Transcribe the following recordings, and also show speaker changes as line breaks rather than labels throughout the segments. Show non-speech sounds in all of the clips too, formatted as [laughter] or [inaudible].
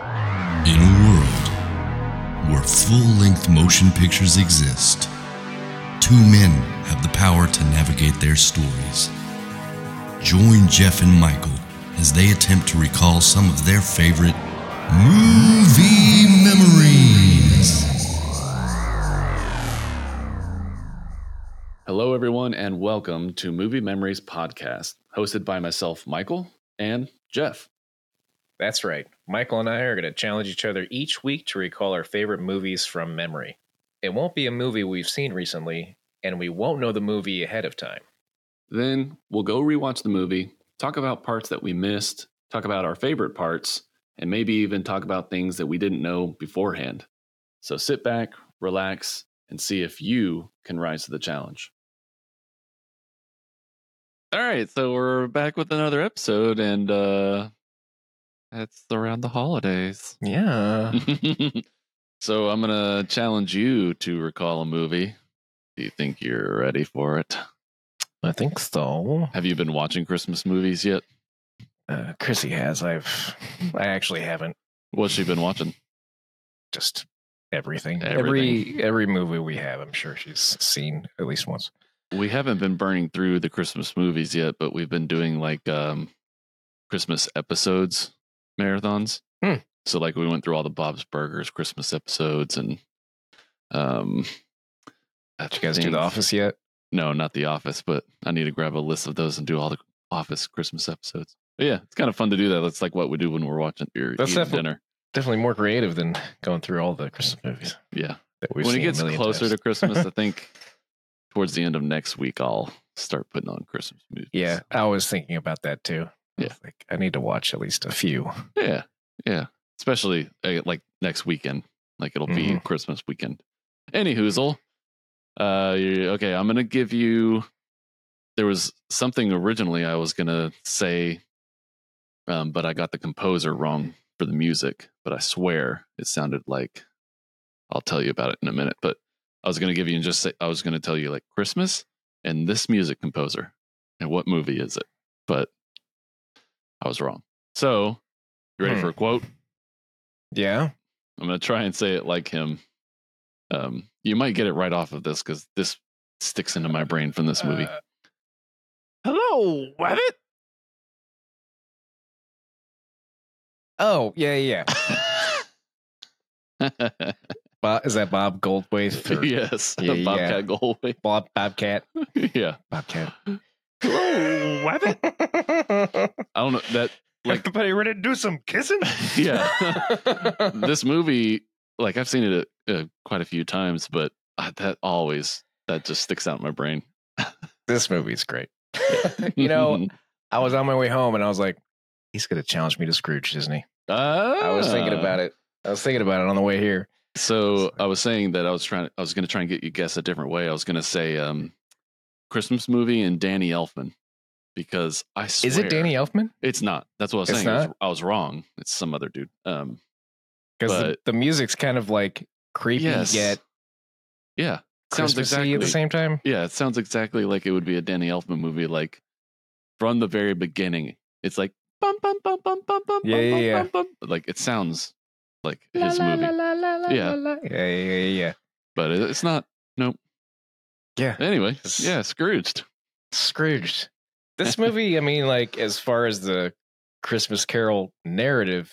In a world where full length motion pictures exist, two men have the power to navigate their stories. Join Jeff and Michael as they attempt to recall some of their favorite movie memories.
Hello, everyone, and welcome to Movie Memories Podcast, hosted by myself, Michael, and Jeff.
That's right. Michael and I are going to challenge each other each week to recall our favorite movies from memory. It won't be a movie we've seen recently, and we won't know the movie ahead of time.
Then we'll go rewatch the movie, talk about parts that we missed, talk about our favorite parts, and maybe even talk about things that we didn't know beforehand. So sit back, relax, and see if you can rise to the challenge.
All right, so we're back with another episode, and uh, it's around the holidays.
Yeah.
[laughs] so I'm gonna challenge you to recall a movie. Do you think you're ready for it?
I think so.
Have you been watching Christmas movies yet?
Uh, Chrissy has. I've. I actually haven't.
What's she been watching?
Just everything.
Everything.
Every every movie we have, I'm sure she's seen at least once.
We haven't been burning through the Christmas movies yet, but we've been doing like um, Christmas episodes marathons.
Hmm.
So like we went through all the Bob's Burgers Christmas episodes and um I
Did you guys do
think-
The Office yet?
No, not the office, but I need to grab a list of those and do all the office Christmas episodes. But yeah, it's kind of fun to do that. That's like what we do when we're watching or
That's
eating
defi-
dinner.
Definitely more creative than going through all the Christmas movies.
Yeah.
That we've
when it
seen a
gets
million
closer
times.
to Christmas,
[laughs]
I think towards the end of next week I'll start putting on Christmas movies.
Yeah, I was thinking about that too.
Yeah.
It's like I need to watch at least a few.
Yeah, yeah. Especially uh, like next weekend, like it'll be
Mhm.
Christmas weekend. Any hoozle. Uh, you- okay, I'm gonna give you. There was something originally I was gonna say, um, but I got the composer wrong for the music. But I swear it sounded like. I'll tell you about it in a minute. But I was gonna give you and just say I was gonna tell you like Christmas and this music composer and what movie is it? But I was wrong. So you ready
Hmm.
for a quote?
Yeah.
I'm going to try and say it like him. Um, you might get it right off of this because this sticks into my brain from this
[laughs]
movie.
Uh, hello, Rabbit. Oh yeah, yeah. Bob, is that Bob
[laughs]
Goldthwait?
[laughs]
or
yes,
Yeah, yeah.
Bobcat Goldway.
Bob Bobcat.
[laughs] yeah,
Bobcat. Hello, Rabbit. [laughs]
I don't know that. Like-
Everybody ready to do some kissing?
Yeah. [laughs] this movie, like I've seen it uh, uh, quite a few times, but uh, that always that just sticks out in my brain.
[laughs] this movie's great. Uh, you know, I was on my way home and I was like, he's gonna challenge me to Scrooge, isn't he? I was
[laughs]
thinking
Ah.
about it. I was thinking about it on the way here.
So I was saying that I was trying. I was going to try and get you guess a different way. I was going to say um, Christmas movie and Danny Elfman because I swear
Is it Danny Elfman?
It's not. That's what I was
It's
saying. I was,
not?
I was wrong. It's some other dude. Um,
Because the,
But-
the music's kind of like creepy
Yes.
yet
yeah, sounds
Christmassy
exactly
at the same time.
Yeah, it sounds exactly like it would be a Danny Elfman movie. Like from the very beginning, it's like bum bum bum bum bum bum.
Yeah,
bum,
yeah,
bum,
yeah.
Bum, bum. Like it sounds like
La,
his
la,
movie,
la, la, la,
Yeah.
la, la. yeah, yeah, yeah,
but it, it's not.
yeah. yeah.
Anyway,
It's-
yeah, Scrooged.
Scrooged. This movie, I mean, like as far as the Christmas Carol narrative,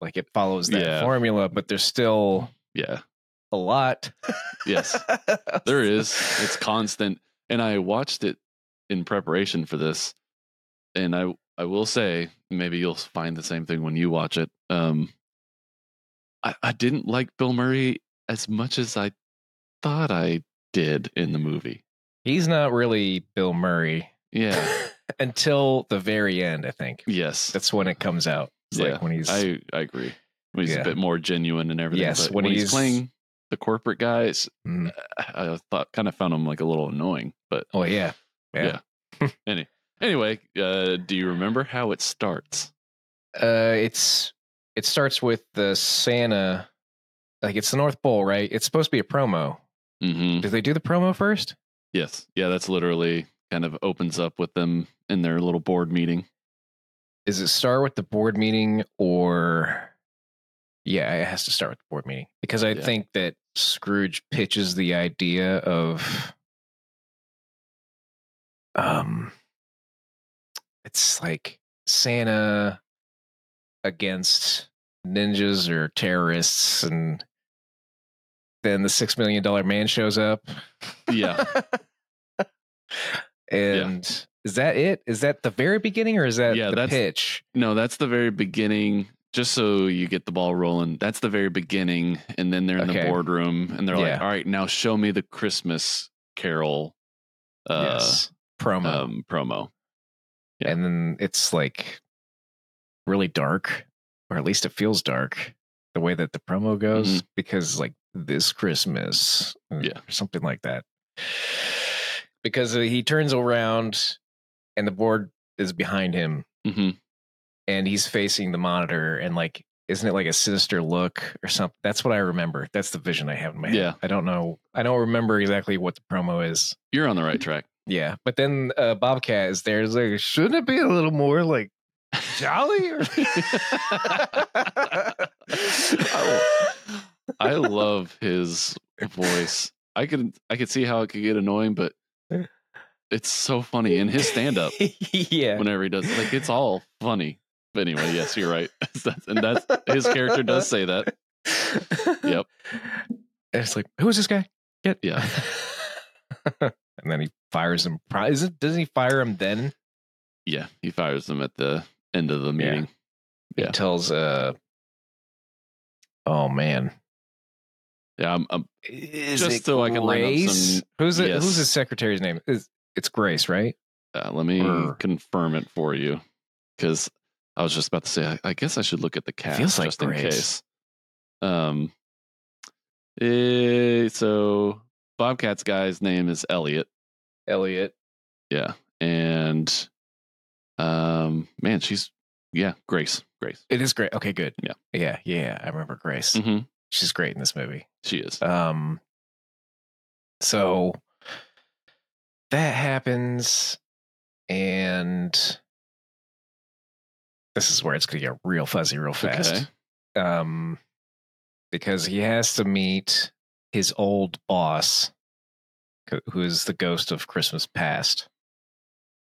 like it follows that
Yeah.
formula, but there's still
Yeah.
a lot. [laughs]
Yes. There is. It's constant. And I watched it in preparation for this. And I I will say, maybe you'll find the same thing when you watch it. Um I, I didn't like Bill Murray as much as I thought I did in the movie.
He's not really Bill Murray
Yeah.
[laughs] until the very end. I think
yes.
[laughs] that's when it comes out. It's
Yeah,
like when he's
I, I agree. When he's
Yeah.
a bit more genuine and everything.
Yes,
but
when
when, he's,
he's-
playing the corporate guys, uh,
Mm.
I thought kind of found him like a little annoying. But
oh yeah, yeah.
anyway, uh, do you remember how it starts?
Uh, it's it starts with the Santa, like it's the North Pole, right? It's supposed to be a promo.
Mm-hmm.
Did they do the promo first?
Yes. Yeah, that's literally kind of opens up with them in their little board meeting.
Is it start with the board meeting or Yeah, it has to start with the board meeting because I
Yeah.
think that Scrooge pitches the idea of um it's like Santa against ninjas or terrorists and then the 6 million dollar man shows up. [laughs]
Yeah.
and is that it? Is that the very beginning or is that
Yeah,
the
that's-
pitch?
No, that's the very beginning. Just so you get the ball rolling, that's the very beginning, and then they're in
Okay.
the boardroom, and they're like,
Yeah.
"All right, now show me the Christmas Carol uh,
Promo.
um, promo." Yeah.
and then it's like really dark or at least it feels dark the way that the promo goes because like this christmas or
Mm-hmm. Yeah.
something like that because uh, he turns around and the board is behind him
hmm
and he's facing the monitor and like isn't it like a sinister look or something that's what i remember that's the vision i have in my head
Yeah.
i don't know i don't remember exactly what the promo is
You're on the right track.
yeah, but then uh, Bobcat is there. It's like, shouldn't it be a little more like jolly? Or...
I I love his voice. I could I could see how it could get annoying,
[laughs]
but it's so funny [laughs] in his stand up
yeah,
whenever he does like it's all funny. But anyway, yes, you're right. [laughs] That's- and that's his character does say
[laughs]
that. Yep.
And it's like, who is this guy? [laughs] Get
Yeah.
and then he fires him. Pro- Is it, doesn't he fire him then?
Yeah, he fires them at the end of the meeting. Yeah.
He tells, uh, oh man,
Yeah, I'm, I'm-
is
Just so I can line up some-
Who's it,
Yes.
who's his secretary's name? Is it's Grace, right?
uh, let me
Brr.
confirm it for you because I was just about to say I, I guess I should look at the cast
Feels like
just in
Grace.
case. Um, eh, so Bobcat's guy's name is Elliot.
Elliot.
Yeah, and um, man, she's yeah, Grace, Grace.
It is great. Okay, good.
Yeah.
Yeah. Yeah. I remember Grace.
hmm
She's great in this movie.
She is.
Um so that happens and this is where it's gonna get real fuzzy real
Okay.
fast. Um because he has to meet his old boss co- who is the ghost of Christmas past.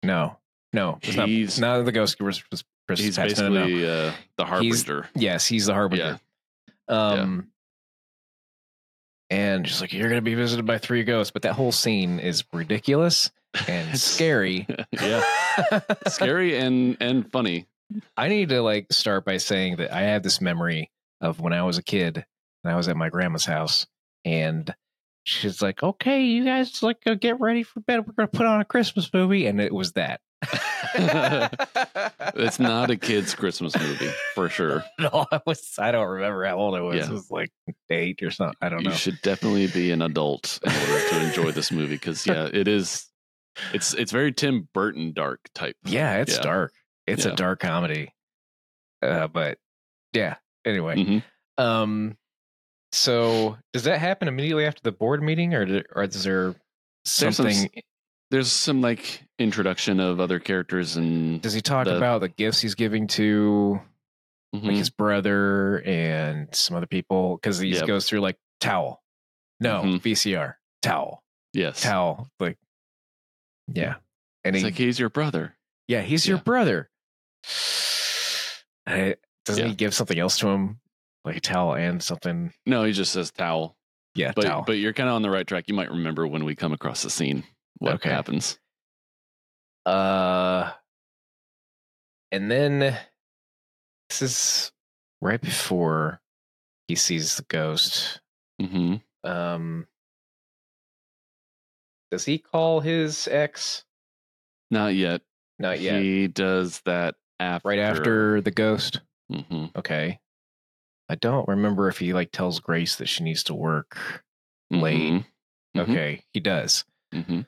No. No, it's not,
He's-
not the ghost of Christmas Christmas
He's
past. No, no, no.
basically uh, the harbinger.
Yes, he's the harbinger. Um and she's like, You're gonna be visited by three ghosts, but that whole scene is ridiculous
[laughs]
and
It's-
scary.
yeah, scary and and funny.
[laughs] I need to like start by saying that I have this memory of when I was a kid and I was at my grandma's house and she's like, Okay, you guys like go get ready for bed. We're gonna put on a Christmas movie, and it
[laughs]
was that.
It's not a kids' Christmas movie for sure.
[laughs] No, I was. I don't remember how old I was.
Yeah.
It was like eight or something. I don't
you
know.
should definitely be an adult in order to enjoy this movie because yeah it is it's it's very tim burton dark type
Yeah, it's
Yeah.
dark. It's
Yeah.
a dark comedy. Uh, but yeah. Anyway,
Mhm.
um, so does that happen immediately after the board meeting, or d- or is there
some
something?
there's some like introduction of other characters and
does he talk
the-
about the gifts he's giving to like
Mhm.
his brother and some other people? Because he
Yep.
goes through like towel, no
Mhm.
VCR, towel,
yes
towel, like yeah, and
it's
he
like he's your brother
Yeah, he's your
Yeah.
brother. I, doesn't he
Yeah.
give something else to him, like a towel and something?
no he just says towel
Yeah,
but
towel.
but you're kind of on the right track you might remember when we come across the scene what
Okay.
happens
uh, and then this is right before he sees the ghost.
hmm
Um, does he call his ex?
not yet
Not yet.
he does that after
right after the ghost.
hmm
Okay. I don't remember if he like tells Grace that she needs to work Late.
Mhm.
Okay, he does.
hmm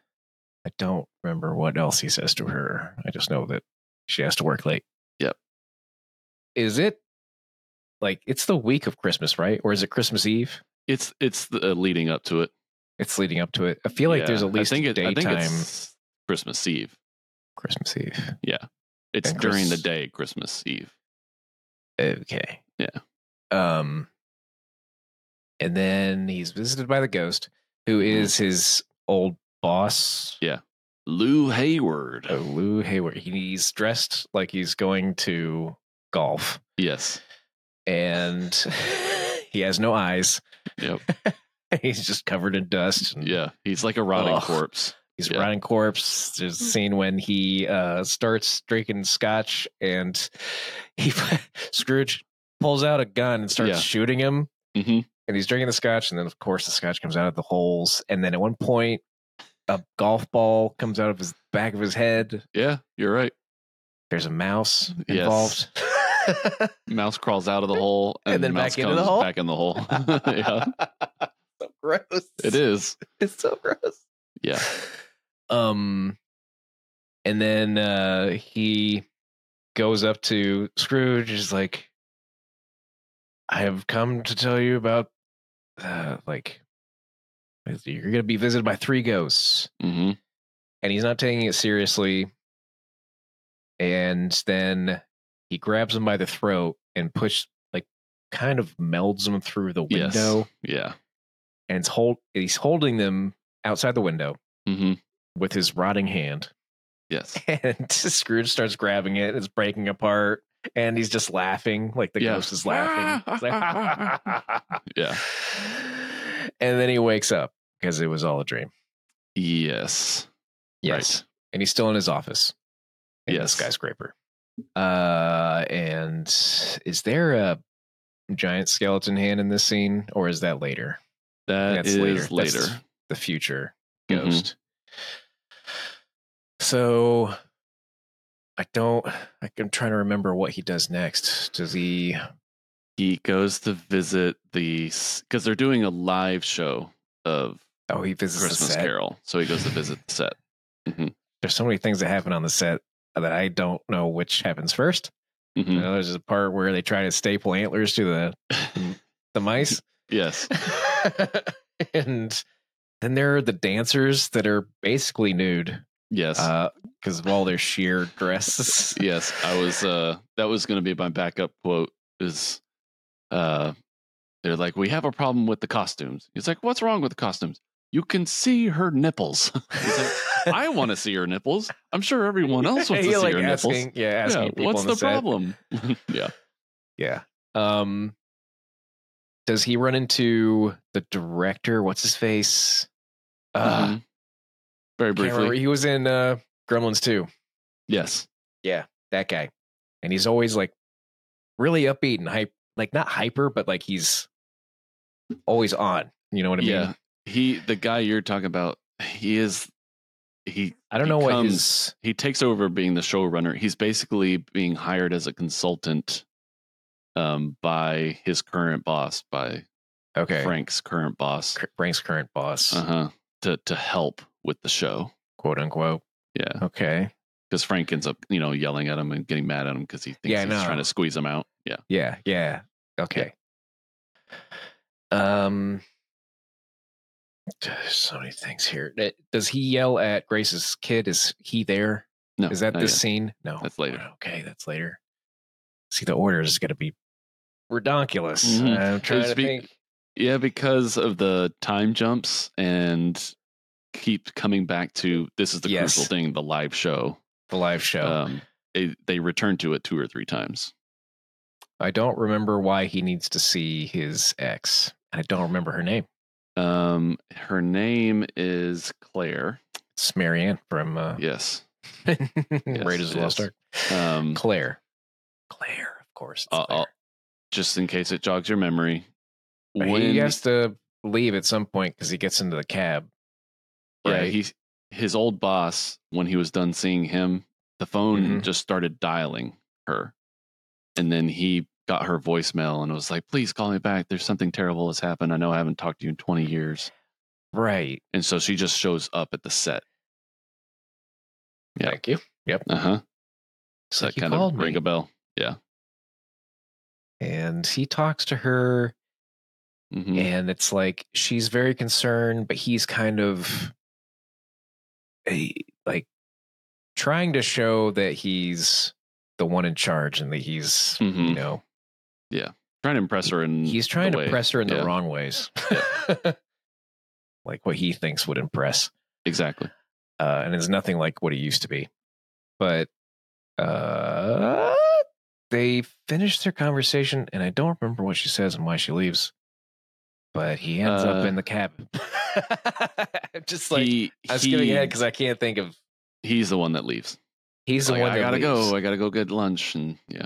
I don't remember what else he says to her. I just know that she has to work late.
Yep.
Is it like it's the week of Christmas, right? Or is it Christmas Eve?
it's it's the, uh, leading up to it
It's leading up to it. I feel like there's
Yeah.
at least
I think it- I think
daytime
it's Christmas Eve.
Christmas Eve.
Yeah, it's
And
during the
Chris-
day Christmas Eve.
Okay.
Yeah.
Um, and then he's visited by the ghost, who
Mm-hmm.
is his old boss,
Lou Hayward.
uh, Lou Hayward. He- He's dressed like he's going to golf,
Yes.
and [laughs] he has no eyes. [laughs]
Yep.
he's just covered in dust. and
Yeah. He's like a rotting
Ugh.
corpse.
He's
Yeah.
a rotting corpse. There's a scene when he uh, starts drinking scotch and [laughs] he Scrooge pulls out a gun and starts
Yeah.
shooting him.
hmm
And he's drinking the scotch, and then of course the scotch comes out of the holes. And then at one point, a golf ball comes out of his back of his head.
Yeah. You're right.
There's a mouse
Yes.
involved.
[laughs] Mouse crawls out of the hole
[laughs] And
and,
then
mouse
back into the
comes
hole?
back in the
[laughs]
hole. [laughs] yeah.
so [laughs] gross.
It is.
It's so gross.
Yeah.
um and then uh he goes up to scrooge is like i have come to tell you about uh like you're gonna be visited by three ghosts
hmm
and he's not taking it seriously and then he grabs him by the throat and push like kind of melds him through the
Yes.
window
Yeah.
and it's hold he's holding them outside the window
hmm
with his rotting hand
Yes.
[laughs] and Scrooge starts grabbing it. It's breaking apart, and he's just laughing like the
Yeah.
ghost
[laughs]
is laughing. It's like, [laughs]
Yeah.
And then he wakes up because it was all a dream.
Yes. Right.
And he's still in his office. In The
Yes.
skyscraper. Uh, and is there a giant skeleton hand in this scene, or is that later?
That
That's
is
later.
later.
That's- The future
Mhm.
ghost. So I don't. I- I'm trying to remember what he does next. Does he?
He goes to visit the because they're doing a live show of
Oh, he visits the
Christmas
set.
Carol, so he goes to visit the set.
There's so many things that happen on the set that I don't know which happens 1st
Mhm.
You know, there's a part where they try to staple antlers to the the mice,
[laughs]
[laughs]
yes.
and then there are the dancers that are basically nude
Yes.
because of all their sheer dresses.
yes. I was uh that was gonna be my backup quote is uh they're like, We have a problem with the costumes. He's like, What's wrong with the costumes? You can see her nipples. [laughs] He's like,
[laughs]
I want to see her nipples. I'm sure everyone else wants to
Yeah,
see
like
her
asking,
nipples.
Yeah, asking
Yeah,
people
what's
on
the,
set.
problem? yeah.
Yeah. Um does he run into the director? What's his face? Uh
Mhm. Very
can't remember.
briefly.
he was in uh Gremlins 2.
Yes.
That guy. And he's always like really upbeat and hype like not hyper, but like he's always on. You know what I mean?
Yeah. He the guy you're talking about, he is he
I don't
He
know what
comes-
his
he takes over being the showrunner. He's basically being hired as a consultant um, by his current boss, by
okay
Frank's current boss,
Cr- Frank's current boss,
uh-huh, to to help with the show.
quote unquote.
Yeah,
Okay.
because Frank ends up you know yelling at him and getting mad at him because he thinks
Yeah, I
he's
know.
trying to squeeze him out. Yeah,
Yeah, yeah. Okay. Um there's so many things here. Uh, Does he yell at Grace's kid? Is he there?
no,
Is that
not
this
yet.
scene? No.
That's later.
Okay, that's later. See, the order is gonna be redonkulous.
Mhm.
I'm trying to
be-
think.
Yeah, because of the time jumps and keep coming back to this is the
Yes.
crucial thing, the live show.
The live show.
Um, they, they return to it two or three times.
I don't remember why he needs to see his ex. And I don't remember her name.
Um, her name is Claire.
It's Marianne from uh
Yes.
[laughs] Raiders of the Lost
yes.
Ark.
Um, Uh,
Claire. Claire, of course. it's
I'll-
Claire.
I'll- just in case it jogs your memory,
But
when
he has to leave at some point because he gets into the cab.
yeah,
right?
he his old boss when he was done seeing him, the phone
Mhm.
just started dialing her, and then he got her voicemail and was like, "Please call me back. There's something terrible has happened. I know I haven't talked to you in 20 years."
Right.
And so she just shows up at the set. Yeah.
Thank you.
Uh huh.
It's
So that
like, "You
kind of
called me."
ring a bell.
And he talks to her,
Mhm.
and it's like she's very concerned, but he's kind of a, like trying to show that he's the one in charge and that he's,
Mhm.
you know,
Yeah. trying to impress her and
He's trying to
way.
press her in Mm-hmm. the
Yeah.
wrong ways. [laughs] like what he thinks would impress.
exactly.
Uh, and is nothing like what he used to be. But uh, they finish their conversation, and I don't remember what she says and why she leaves. But he ends up
Uh,
in the cab. Just like
he,
[laughs] I'm
he-
skipping ahead because I can't think of.
he's the one that leaves.
He's the
Like,
one
I
that
gotta
leaves.
go. I gotta go get lunch and yeah.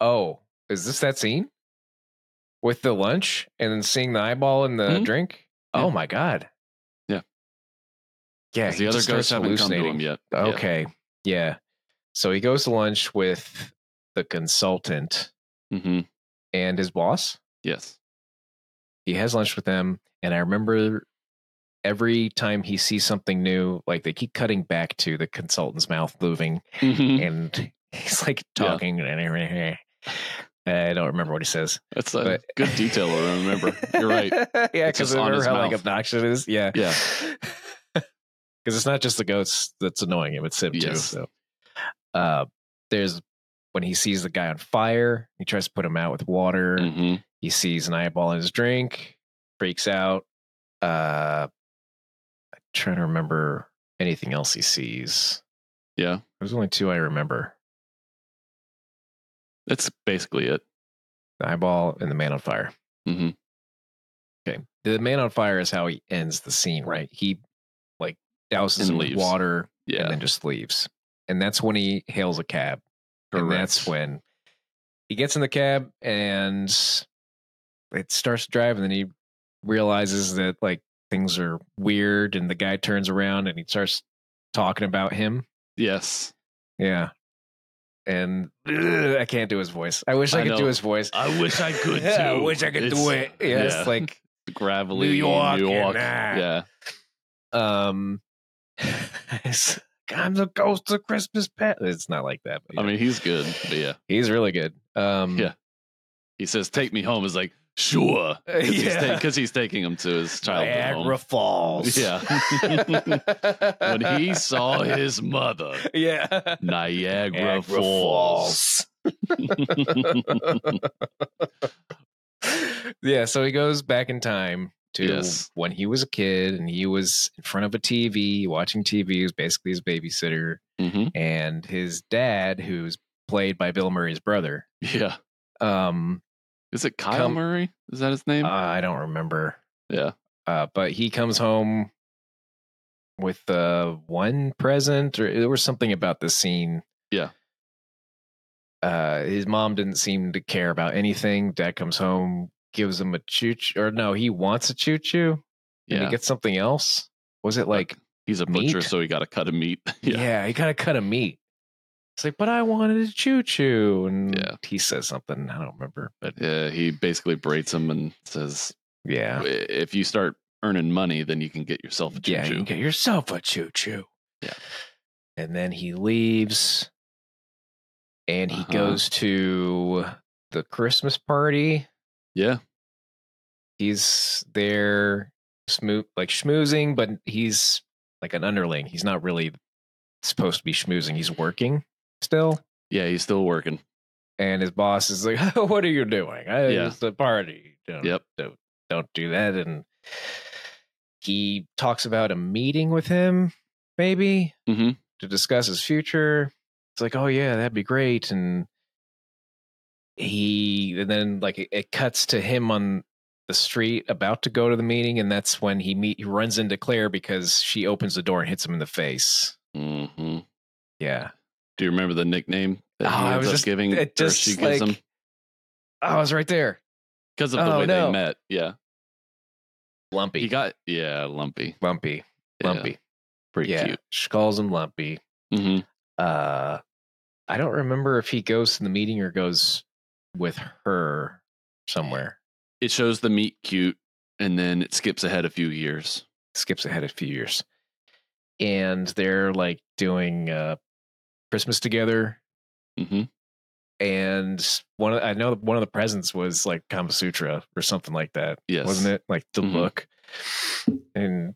Oh, is this that scene with the lunch and then seeing the eyeball and the
Mhm.
drink?
Yeah.
Oh my god.
Yeah.
Yeah.
'Cause
he
the other
just
ghosts
starts
haven't come to him
hallucinating.
yet. Yeah.
Okay. Yeah. So he goes to lunch with the consultant
Mhm.
and his boss.
Yes.
He has lunch with them, and I remember every time he sees something new, like they keep cutting back to the consultant's mouth moving [laughs]
Mhm.
and he's like
Yeah.
talking [laughs] and I don't remember what he says.
That's a
But
good detail. I remember. You're
[laughs]
right.
yeah,
It's
because
just
I
on
remember
his
how like
mouth.
obnoxious it is. Yeah. [laughs]
Yeah. [laughs]
Because it's not just the goats that's annoying him; it's him too.
Yes.
So, uh, there's when he sees the guy on fire, he tries to put him out with water.
hmm
He sees an eyeball in his drink, freaks out. Uh, I'm trying to remember anything else he sees.
Yeah.
There's only two I remember.
That's basically it.
the eyeball and the man on fire.
Mhm.
Okay. The man on fire is how he ends the scene, right? He like douses
And
him with
leaves.
water and
Yeah.
then just leaves. And that's when he hails a cab. And that's when he gets in the cab and it starts to drive. And then he realizes that like things are weird. And the guy turns around and he starts talking about him.
Yes.
Yeah. And ugh, I can't do his voice. I wish I,
I
could do
know.
his voice.
I wish I could,
[laughs] Yeah, I
too.
wish I could do it.
It's-
Yeah,
yeah.
it's like
Gravelly.
New York
New
and,
York.
uh,
Yeah.
um [laughs] it's, I'm the ghost of Christmas past. It's not like that, but
I
yeah.
mean, he's good. But yeah.
he's really good. Um [laughs]
Yeah. He says, "Take me home." Is like, sure, because he's,
Yeah.
ta- 'cause he's taking him to his childhood
Niagara
home.
Falls.
Yeah. [laughs] When he saw his mother,
[laughs] Yeah.
Niagara,
Niagara
Falls.
Falls. [laughs] yeah, so he goes back in time to
Yes.
when he was a kid and he was in front of a TV watching TV. He was basically his babysitter.
hmm
And his dad, who's played by Bill Murray's brother,
Yeah.
um,
Is it Kyle
Come-
Murray? Is that his name?
uh, I don't remember.
Yeah.
Uh, but he comes home with uh, one present, or there was something about the scene.
Yeah.
Uh, his mom didn't seem to care about anything. Dad comes home, gives him a choo choo, or no, he wants a choo choo,
yeah.
and
Uh,
he gets something else. Was it like,
he's a butcher,
meat?
so he got to cut a meat. [laughs]
yeah, he got to cut a meat? It's like, but I wanted a choo choo, and
Yeah.
he says something I don't remember, but
Yeah, he basically berates him and says,
yeah,
"If you start earning money, then you can get yourself a choo
Yeah, you
choo."
get yourself a choo choo.
Yeah.
And then he leaves and he
Uh-huh.
goes to the Christmas party.
Yeah,
He's there smoo like schmoozing, but he's like an underling. He's not really supposed to be schmoozing. He's working still.
yeah, he's still working.
And his boss is like, [laughs] What are you doing? I,
Yeah.
It's a party. Don't,
Yep.
don't, don't do that. And he talks about a meeting with him, maybe.
hmm
to discuss his future. It's like, oh yeah, that'd be great. And he and then like it, it cuts to him on the street about to go to the meeting, and that's when he meet he runs into Claire because she opens the door and hits him in the face.
hmm
Yeah.
Do you remember the nickname that
Oh,
he
I
ends
was
up
just-
giving?
it
or
just,
she gives
like-
him
I was right there.
because of the
oh,
way
no.
they met. Yeah,
Lumpy.
he got yeah lumpy,
lumpy.
Yeah,
Lumpy.
pretty
Yeah.
cute.
She calls him lumpy.
hmm
Uh I don't remember if he goes to the meeting or goes with her somewhere.
It shows the meet cute, and then it skips ahead a few years.
skips ahead a few years and they're like doing uh christmas together
hmm
and one of, i know one of the presents was like kama sutra or something like that
Yes,
wasn't it like the
Mhm.
book and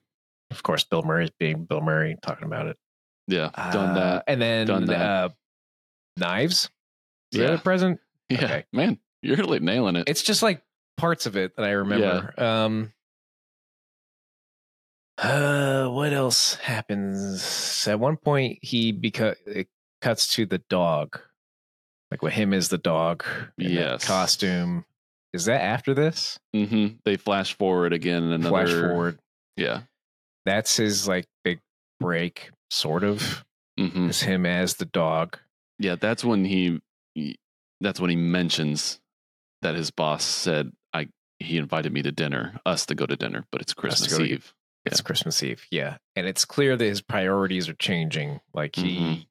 of course bill murray's being bill murray talking about it
Yeah, done
Uh,
that.
and then
Done that.
uh knives is that
Yeah.
a present
Yeah,
okay.
man. You're like nailing it.
It's just like parts of it that I remember. Um uh, what else happens? At one point he beca- it cuts to the dog. Like with him is the dog. in that
Yes.
Costume. Is that after this?
hmm They flash forward again in another
Flash forward.
Yeah.
That's his like big break, sort of.
hmm
Is him as the dog.
Yeah. That's when he, he- That's when he mentions that his boss said, "I." He invited me to dinner, us to go to dinner, but it's
Us to
Christmas
go to-
Eve.
It's Christmas Eve. Yeah. And it's clear that his priorities are changing. Like he
Mhm.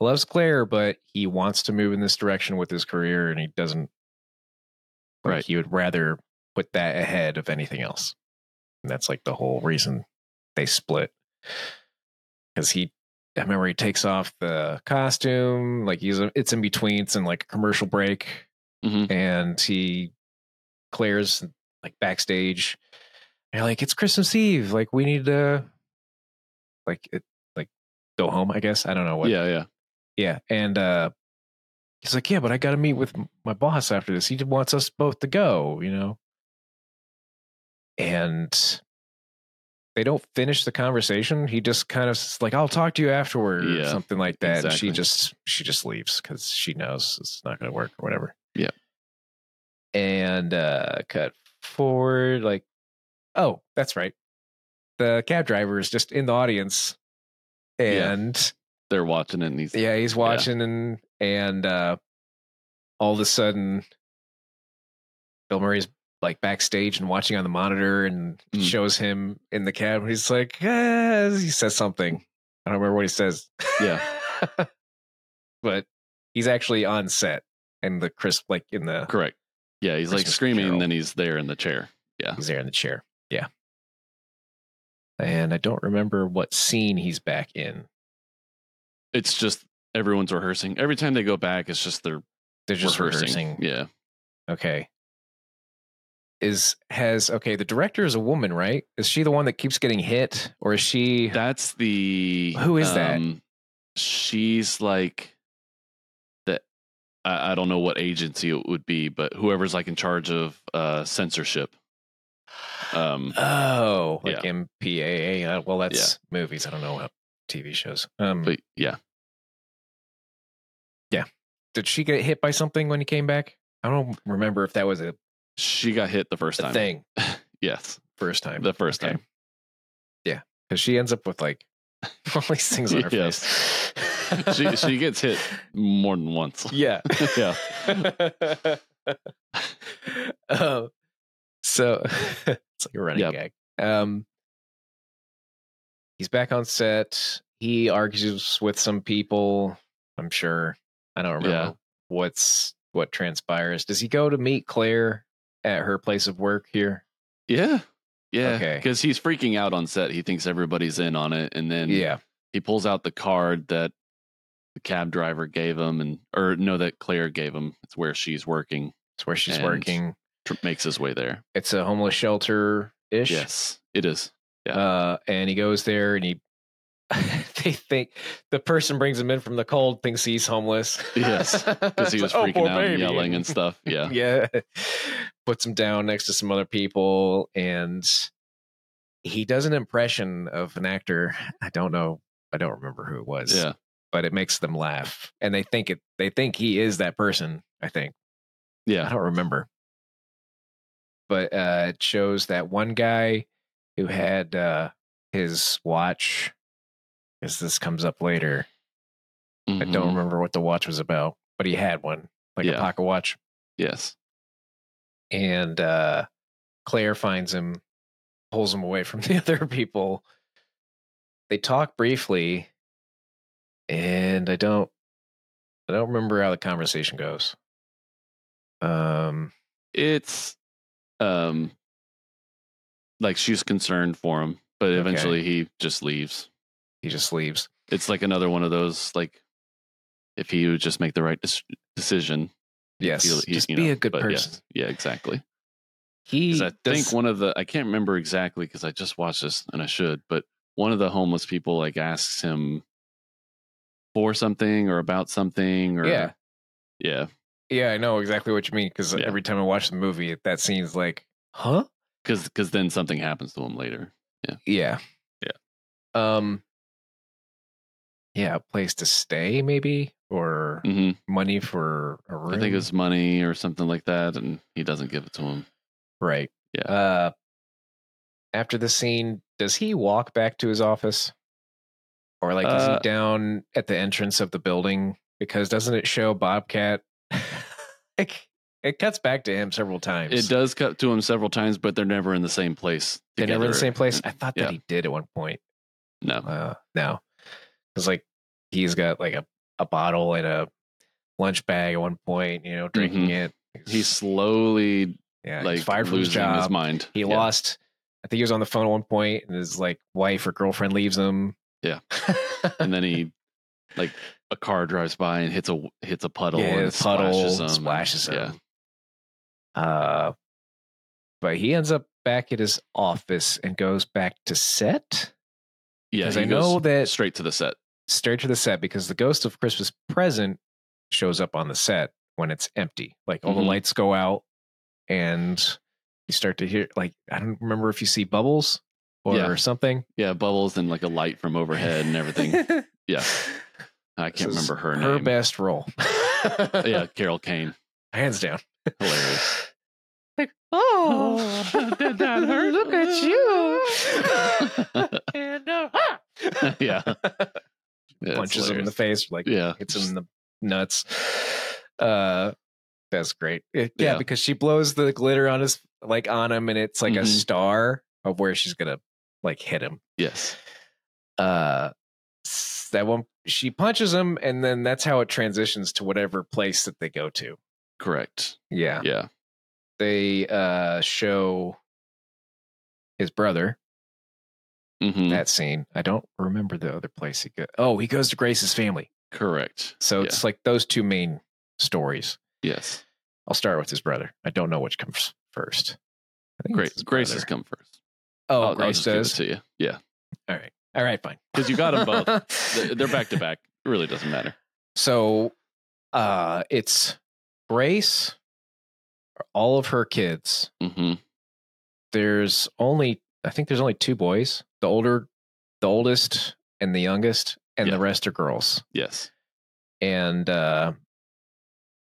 loves Claire, but he wants to move in this direction with his career and he doesn't. Like,
Right.
He would rather put that ahead of anything else. And that's like the whole reason they split. Because he, I remember he takes off the costume. Like he's, uh, it's in between, it's in like a commercial break.
Mhm.
And he, Claire's like backstage. They're like, it's Christmas Eve. Like we need to, like, it, like go home, I guess. I don't know what
Yeah. Yeah.
yeah. And uh he's like, Yeah, but I gotta meet with m- my boss after this. He wants us both to go, you know. And they don't finish the conversation. He just kind of s- like, I'll talk to you afterward or
Yeah,
something like that. And she
exactly.
just she just leaves because she knows it's not gonna work or whatever.
Yeah.
And uh cut forward, like, oh, that's right. The cab driver is just in the audience.
Yeah.
And
They're watching it and he's
yeah, he's watching and and uh all of a sudden Bill Murray's like backstage and watching on the monitor and it
Mm.
shows him in the cab and he's like, "Ah," he says something. I don't remember what he says.
Yeah.
[laughs] but he's actually on set in the crisp like in the
correct. Yeah. He's like
Christmas
screaming
Carol.
and then he's there in the chair.
he's there in the chair. Yeah. And I don't remember what scene he's back in.
It's just everyone's rehearsing. Every time they go back, it's just they're
They're just rehearsing.
Yeah.
Okay. Is has okay, the director is a woman, right? Is she the one that keeps getting hit or is she
That's the
Who is that?
that? She's like the I, I don't know what agency it would be, but whoever's like in charge of uh censorship. Um
Oh, like
Yeah.
MPAA. Uh, Well, that's movies. I don't know about TV shows. Um
but yeah.
did she get hit by something when he came back? I don't remember if that was a,
She got hit the first
a
time.
thing
Yes.
first time.
The first
Okay.
time.
Yeah. Cuz she ends up with like [laughs] all these things on her
[laughs] Yes.
face.
She
[laughs]
she gets hit more than once.
Yeah.
Yeah.
[laughs] um, so [laughs] it's like a running
Yep.
gag. Um, he's back on set. He argues with some people. I'm sure. I don't remember
Yeah.
what's what transpires. Does he go to meet Claire at her place of work here?
Yeah. Yeah.
Okay.
Because he's freaking out on set. He thinks everybody's in on it. And then
yeah.
he pulls out the card that the cab driver gave him and or no that claire gave him it's where she's working
It's where she's
and-
working.
tr- makes his way there
It's a homeless shelter ish.
yes it is Yeah.
Uh, and he goes there and he, [laughs] they think the person brings him in from the cold thinks he's homeless.
Yes, because he was
[laughs] It's like, "Oh,
freaking
poor
out and
baby,"
yelling
[laughs]
and stuff yeah
yeah. Puts him down next to some other people and he does an impression of an actor. I don't know. I don't remember who it was,
yeah
but it makes them laugh. And they think it, they think he is that person. I think. I
yeah
don't remember. But uh, it shows that one guy who had uh, his watch, because this comes up later. I
Mhm.
don't remember what the watch was about, but he had one, like a
Yeah.
pocket watch.
yes
And uh, Claire finds him, pulls him away from [laughs] the other people. They talk briefly, and I don't, I don't remember how the conversation goes. Um,
it's um like she's concerned for him but
Okay.
eventually he just leaves
he just leaves.
it's like another one of those like if he would just make the right dec- decision
Yes,
he'll- he-
just
you
be
know,
a good
but
person.
yes. yeah exactly
He
Because I think one of the I can't remember exactly because I just watched this and I should, but one of the homeless people like asks him for something or about something or
Yeah.
yeah,
Yeah, I know exactly what you mean because
Yeah.
every time I watch the movie, that scene's like, huh?
because because then something happens to him later.
Yeah.
Yeah.
Um. Yeah, a place to stay maybe, or
hmm
money for a room.
I think it's money or something like that, and he doesn't give it to him.
right.
Yeah.
Uh. After the scene, does he walk back to his office, or like is
Uh,
he down at the entrance of the building? Because doesn't it show Bobcat? [laughs] it, it cuts back to him several times.
It does cut to him several times, but they're never in the same place.
They're never in the
together.
same place. I thought
yeah.
that he did at one point.
No,
uh, now. It's like he's got like a, a bottle and a lunch bag at one point, you know, drinking it.
Mm-hmm. he's slowly
yeah,
like
he's fired from his
losing
job.
his mind.
He
Yeah.
lost. I think he was on the phone at one point, and his like wife or girlfriend leaves him. [laughs]
Yeah. and then he like a car drives by and hits a hits a puddle
yeah,
and
the puddle
splashes him.
splashes him.
Yeah,
Uh, but he ends up back at his office and goes back to set
yeah.
because
he
I
goes
know that
straight to the set.
straight to the set because the ghost of Christmas present shows up on the set when it's empty. Like all
Mhm.
the lights go out and you start to hear like I don't remember if you see bubbles or
Yeah.
something.
Yeah, bubbles and like a light from overhead and
[laughs]
everything. Yeah, I can't
This is
remember her
Her
name.
best role.
[laughs] yeah, Carol Kane.
[laughs] Hands down.
Hilarious. [laughs]
Like,
Oh, did
[laughs]
that hurt?
Look at [laughs] you. and uh, ah!
yeah. Yeah, it's
punches him in the
hilarious.
face, like
Yeah.
hits him in the nuts. Uh, that's great. It- yeah,
Yeah.
because she blows the glitter on his like on him, and it's like a
Mhm.
star of where she's gonna like hit him.
Yes.
Uh, s- that one she punches him, and then that's how it transitions to whatever place that they go to.
Correct.
Yeah,
Yeah.
they uh show his brother
hmm
that scene. I don't remember the other place he go. Oh, he goes to Grace's family.
Correct.
So
Yeah.
it's like those two main stories.
Yes.
I'll start with his brother. I don't know which comes first. I think
Great.
it's his
Grace
brother.
has come first.
Oh,
I'll- I'll
Grace
just give it
does.
to you. Yeah.
All right. All right. Fine.
'Cause you got 'em both.
[laughs]
They're they're back to back. It really doesn't matter.
So, uh, it's Grace, all of her kids.
hmm
There's only, I think there's only two boys. The older, the oldest, and the youngest, and the
Yeah.
rest are girls.
Yes. [laughs]
And uh,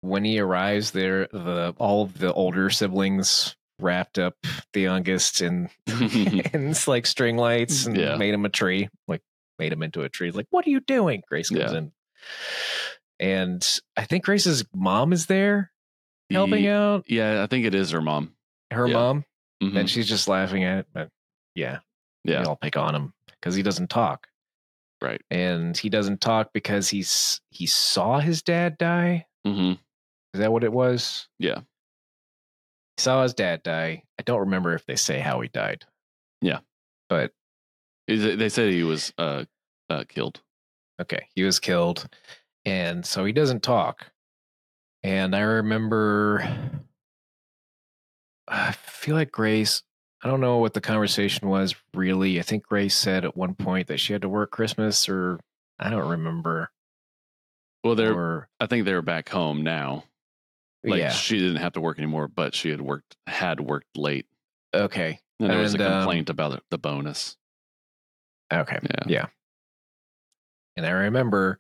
when he arrives, there, the all of the older siblings wrapped up the youngest in [laughs] and it's like string lights and
Mm-hmm. Yeah.
made him a tree, like made him into a tree. Like, what are you doing? Grace comes
Yeah.
in. And I think Grace's mom is there [laughs] helping
The-
out
Yeah, I think it is her mom.
her
Yeah.
mom,
Mhm.
and she's just laughing at it. But yeah,
Yeah.
they all pick on him because he doesn't talk.
Right.
And he doesn't talk because he's he saw his dad die.
hmm
Is that what it was?
Yeah.
He saw his dad die. I don't remember if they say how he died.
Yeah.
But
Is it- They said he was uh, uh, killed.
Okay, he was killed, and so he doesn't talk. And I remember, I feel like Grace. I don't know what the conversation was really. I think Grace said at one point that she had to work Christmas, or I don't remember.
Well, they're.
or,
I think they're back home now. Like
yeah,
she didn't have to work anymore, but she had worked had worked late.
okay,
And there was a
And, um,
complaint about the bonus.
okay,
Yeah.
yeah. And I remember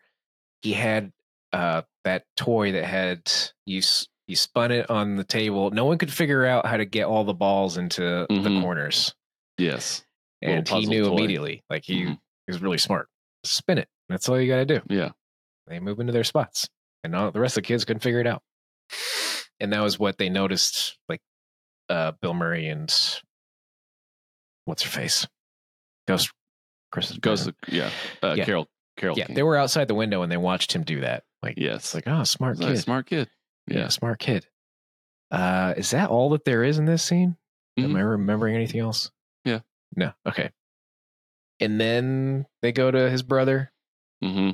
he had uh that toy that had you s- you spun it on the table. No one could figure out how to get all the balls into the
Mhm.
corners.
Yes. Little
and he
puzzle
knew
toy.
immediately. Like he
Mhm.
was really smart. Spin it. That's all you got to do.
Yeah.
They move into their spots, and all, the rest of the kids couldn't figure it out. And that was what they noticed. Like uh, Bill Murray and what's her face, Ghost, Chris,
Goes to, yeah. Uh,
Yeah.
Carol. Carol.
yeah.
King.
They were outside the window and they watched him do that. Like
Yes.
it's like oh, smart
He's like,
kid,
smart kid.
yeah.
yeah.
smart kid. Uh, is that all that there is in this scene? Am
Mhm.
I remembering anything else?
Yeah.
No. Okay. And then they go to his brother,
hmm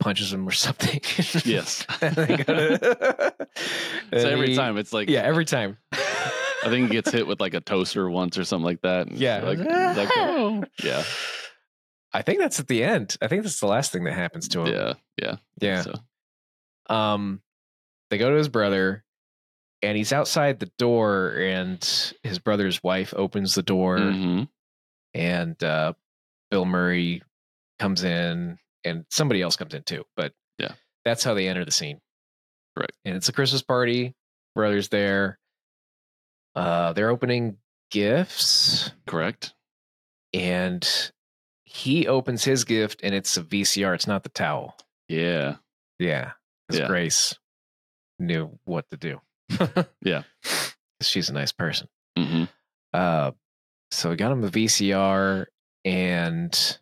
punches him or something.
Yes.
[laughs] And they go to- and
So every
he-
time [laughs] it's like
Yeah, every time.
I think he
[laughs]
gets hit with like a toaster once or something like that. and
Yeah.
like-
[laughs]
like, oh. yeah,
I think that's at the end. I think that's the last thing that happens to him.
yeah, yeah.
Yeah.
So
Um, They go to his brother, and he's outside the door, and his brother's wife opens the door,
Mhm.
and uh, Bill Murray comes in, and somebody else comes in too. But
Yeah.
that's how they enter the scene.
Correct.
And it's a Christmas party. Brothers there. Uh, they're opening gifts,
Correct.
and he opens his gift, and it's a VCR. It's not the towel.
Yeah.
Yeah. 'cause
Yeah.
Grace knew what to do.
[laughs] Yeah.
'Cause She's a nice person.
hmm
Uh, so we got him the VCR, and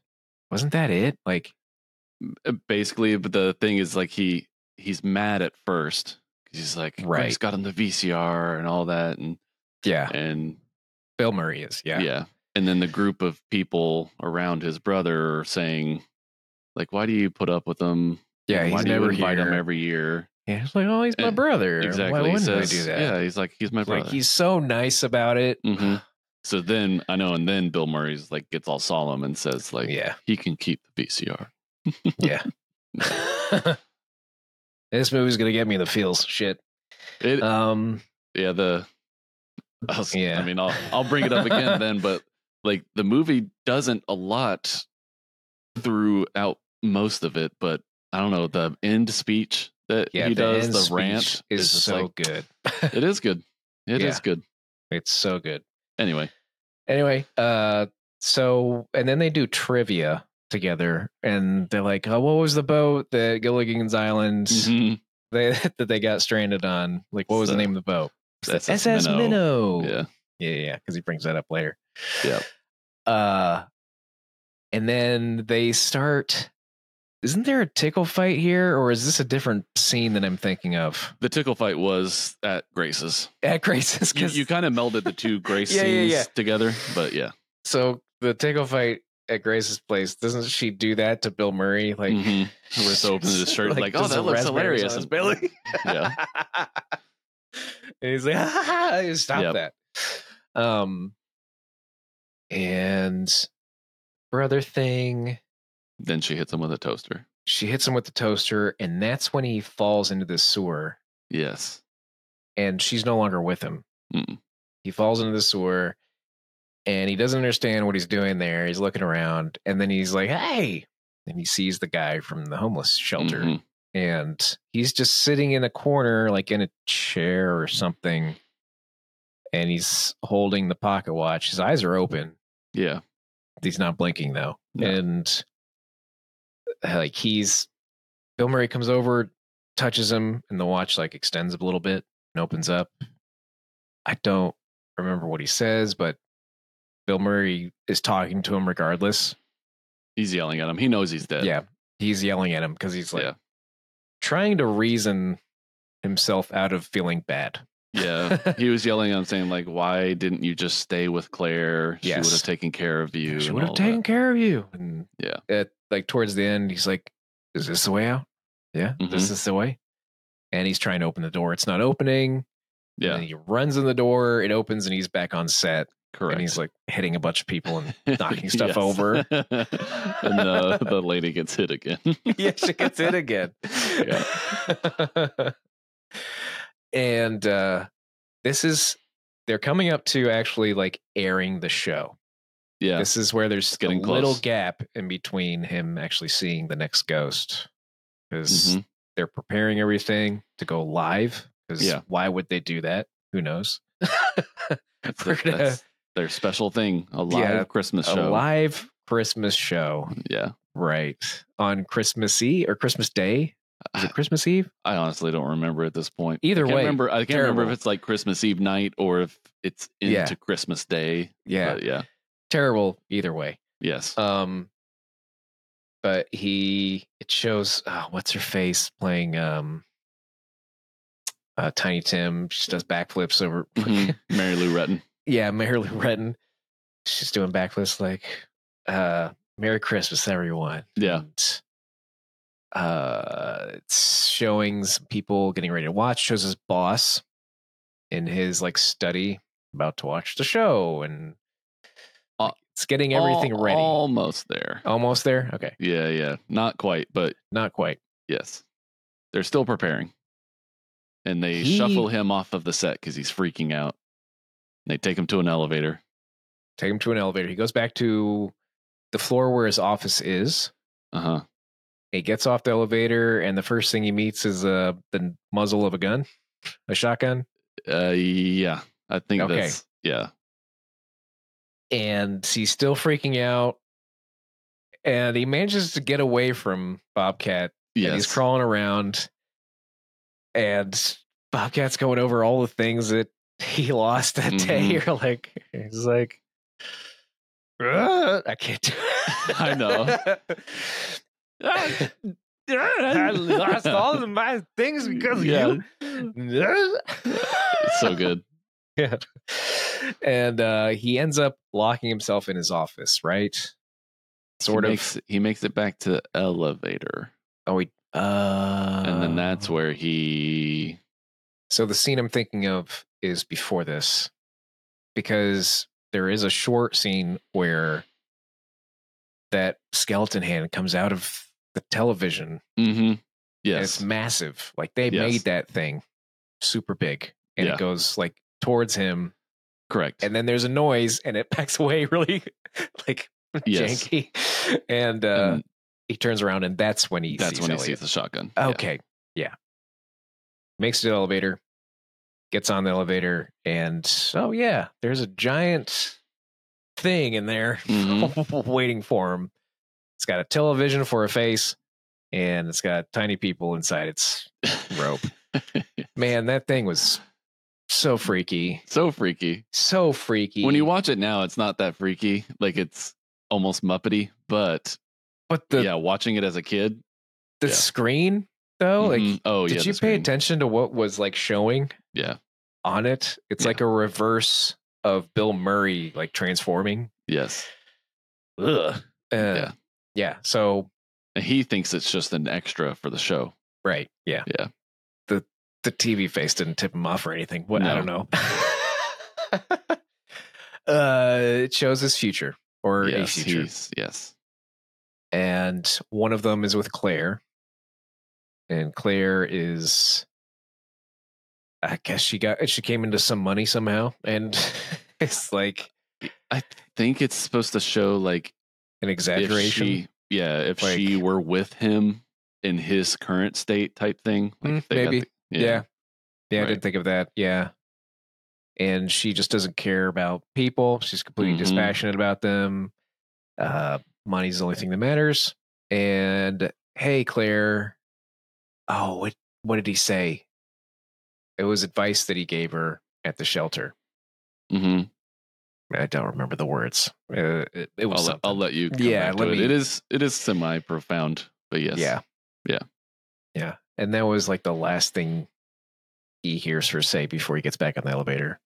wasn't that it? Like,
Uh, Basically, but the thing is, like he he's mad at first because he's like,
Right.
Greg's got him the VCR and all that, and
yeah,
and
Bill Murray is. Yeah.
yeah. and then the group of people around his brother are saying, like, why do you put up with him?
Yeah,
why
he's
do you
never
invite him
here.
every year?
Yeah, he's like, oh, he's my
And-
brother.
Exactly.
Why
he
wouldn't
says,
I do that?
Yeah, he's like, he's my
It's
brother.
like he's so nice about it. [laughs]
hmm So then I know, and then Bill Murray's like gets all solemn and says, like,
[sighs] yeah.
he can keep the VCR. [laughs]
[laughs] this movie's gonna get me the feels. Shit.
It,
Um.
yeah,
[laughs]
the. I, was-
Yeah.
I mean, I'll I'll bring it up again
[laughs]
then, but like the movie doesn't a lot throughout most of it, but I don't know the end speech that
Yeah.
he
the
does
end
the
speech
rant
is
just
so
like- [laughs]
good.
It is good. It is
Yeah.
good.
it's so good.
Anyway,
anyway uh so and then they do trivia together and they're like oh what was the boat that gilligan's island
mhm,
[laughs] they, that they got stranded on like what was the
So-
name of the boat It's the
SS
ss minnow,
yeah,
yeah yeah because he brings that up later
Yep.
uh and then they start isn't there a tickle fight here or is this a different scene that i'm thinking of
the tickle fight was at Grace's.
at grace's
You,
'cause-
you kind of melded the two Grace
[laughs] Yeah,
scenes
yeah, yeah.
together, but yeah.
so the tickle fight at grace's place doesn't she do that to bill murray like
Mhm. Rips open his
[laughs]
shirt, like, "Oh,
just
that
a
looks
raspberry
hilarious."
sauce, Billy.
[laughs] Yeah.
[laughs] and he's like, "Ah, stop
Yep.
that. Um, and brother thing,
Then she hits him with a toaster.
she hits him with the toaster, and that's when he falls into the sewer,
Yes.
and she's no longer with him.
Mm.
He falls into the sewer, and he doesn't understand what he's doing there. He's looking around, and then he's like, "Hey!" And he sees the guy from the homeless shelter.
Mhm.
and he's just sitting in a corner like in a chair or something and he's holding the pocket watch his eyes are open
Yeah.
he's not blinking though
No.
and uh, like he's bill murray comes over touches him and the watch like extends a little bit and opens up i don't remember what he says but bill murray is talking to him regardless
He's yelling at him. He knows he's dead.
yeah he's yelling at him because he's like
Yeah.
trying to reason himself out of feeling bad
Yeah. he was yelling at him saying, like, why didn't you just stay with Claire? She
Yes.
would have taken care of you.
she
and
would have
all
taken care of you and
Yeah.
at, like towards the end he's like is this the way out yeah this
Mhm.
is the way and he's trying to open the door it's not opening
that. Yeah.
and he runs in the door it opens and he's back on set
correct.
and he's like hitting a bunch of people and
[laughs]
knocking
Yes.
stuff over.
and uh, the lady gets hit again. [laughs]
yeah, she gets hit again. and uh, this is they're coming up to actually like airing the show.
Yeah.
This is where there's a
getting
little
close.
gap in between him actually seeing the next ghost because [laughs]
Mhm.
they're preparing everything to go live. Because
Yeah.
why would they do that? Who knows?
That's, their,
We're gonna-
that's their special thing. A live
Yeah,
Christmas
A
show.
live Christmas show,
Yeah.
right? On Christmas Eve or Christmas Day? Is it Christmas Eve?
Uh, I honestly don't remember at this point.
Either
I can't
way,
remember. I can't remember
terrible.
if it's like Christmas Eve night or if it's into
Yeah.
Christmas Day.
Yeah,
But yeah.
terrible either way.
Yes.
Um, but he it shows uh, what's her face playing um, uh, Tiny Tim. She does backflips over. [laughs]
Mhm. Mary Lou Retton.
yeah, Mary Lou Retton. She's doing backflips like uh, "Merry Christmas, everyone."
Yeah.
And, uh, it's showing some people getting ready to watch. Shows his boss in his like study about to watch the show and.
Uh,
like, it's getting everything
Al-
ready.
Almost there.
Almost there. Okay,
Yeah, yeah. Not quite, but
not quite.
yes. They're still preparing. and they
He-
shuffle him off of the set because he's freaking out. And they take him to an elevator.
Take him to an elevator. He goes back to the floor where his office is.
Uh huh.
He gets off the elevator, and the first thing he meets is uh, the muzzle of a gun, a shotgun.
Uh, yeah, I think
Okay.
that's yeah.
And he's still freaking out. And he manages to get away from Bobcat
Yes.
and he's crawling around and bobcat's going over all the things that he [laughs] lost that day
Mhm.
you're like he's like "Ugh, i can't do it
I
[laughs]
know.
I, lost all of my things because
Yeah.
of you
It's so good.
yeah. [laughs] and uh he ends up locking himself in his office right sort
he
of
Makes, he makes it back to the elevator,
oh he uh
and then that's where he.
So the scene I'm thinking of is before this, because there is a short scene where that skeleton hand comes out of the television.
Mm-hmm.
And
Yes.
it's massive. Like they
Yes.
made that thing super big, and
Yeah.
it goes like towards him,
Correct.
and [laughs] then there's a noise, and it [laughs] backs away really like
yes.
janky, and, uh,
And
he turns around, and that's when he
that's
sees
when he
Elliot.
sees the shotgun. Yeah.
Okay. [laughs] Yeah. Makes it to the elevator, gets on the elevator, and oh yeah, there's a giant thing in there [laughs]
Mm-hmm. Mm.
waiting for him. It's got a television for a face, and it's got tiny people inside its
[laughs]
rope. Man, that thing was so freaky.
[laughs] so freaky.
So freaky.
When you watch it now, it's not that freaky. Like it's almost Muppety, but
but the,
yeah, watching it as a kid.
the
yeah.
screen though, like
Mhm. oh yeah.
did
the
you pay
screen.
attention to what was like showing?
Yeah.
on it. It's
Yeah.
like a reverse of Bill Murray like transforming.
Yes.
Ugh. yeah.
Yeah.
Yeah. So
And he thinks it's just an extra for the show.
right. Yeah.
Yeah.
The the TV face didn't tip him off or anything. What I
No.
don't know. [laughs] uh it shows his future or
yes.
a future.
he's- yes.
And one of them is with Claire. And Claire is I guess she got she came into some money somehow and [laughs] it's like
Think it's supposed to show like
an
if
exaggeration.
she- yeah, if
Like-
she were with him in his current state type thing.
Mm,
they got
maybe.
the-
Yeah. Yeah, I
Right.
didn't think of that. Yeah. And she just doesn't care about people. She's completely
Mhm.
dispassionate about them. Uh, money's the only thing that matters. And hey, Claire. Oh, what what did he say? It was advice that he gave her at the shelter.
Mhm.
I don't remember the words. Uh, it, it was
I'll, let,
something.
I'll let you. Come
Yeah,
back to
let
it.
me-
it is. It is semi profound, but yes.
Yeah.
Yeah.
Yeah. And that was like the last thing he hears her say before he gets back on the elevator.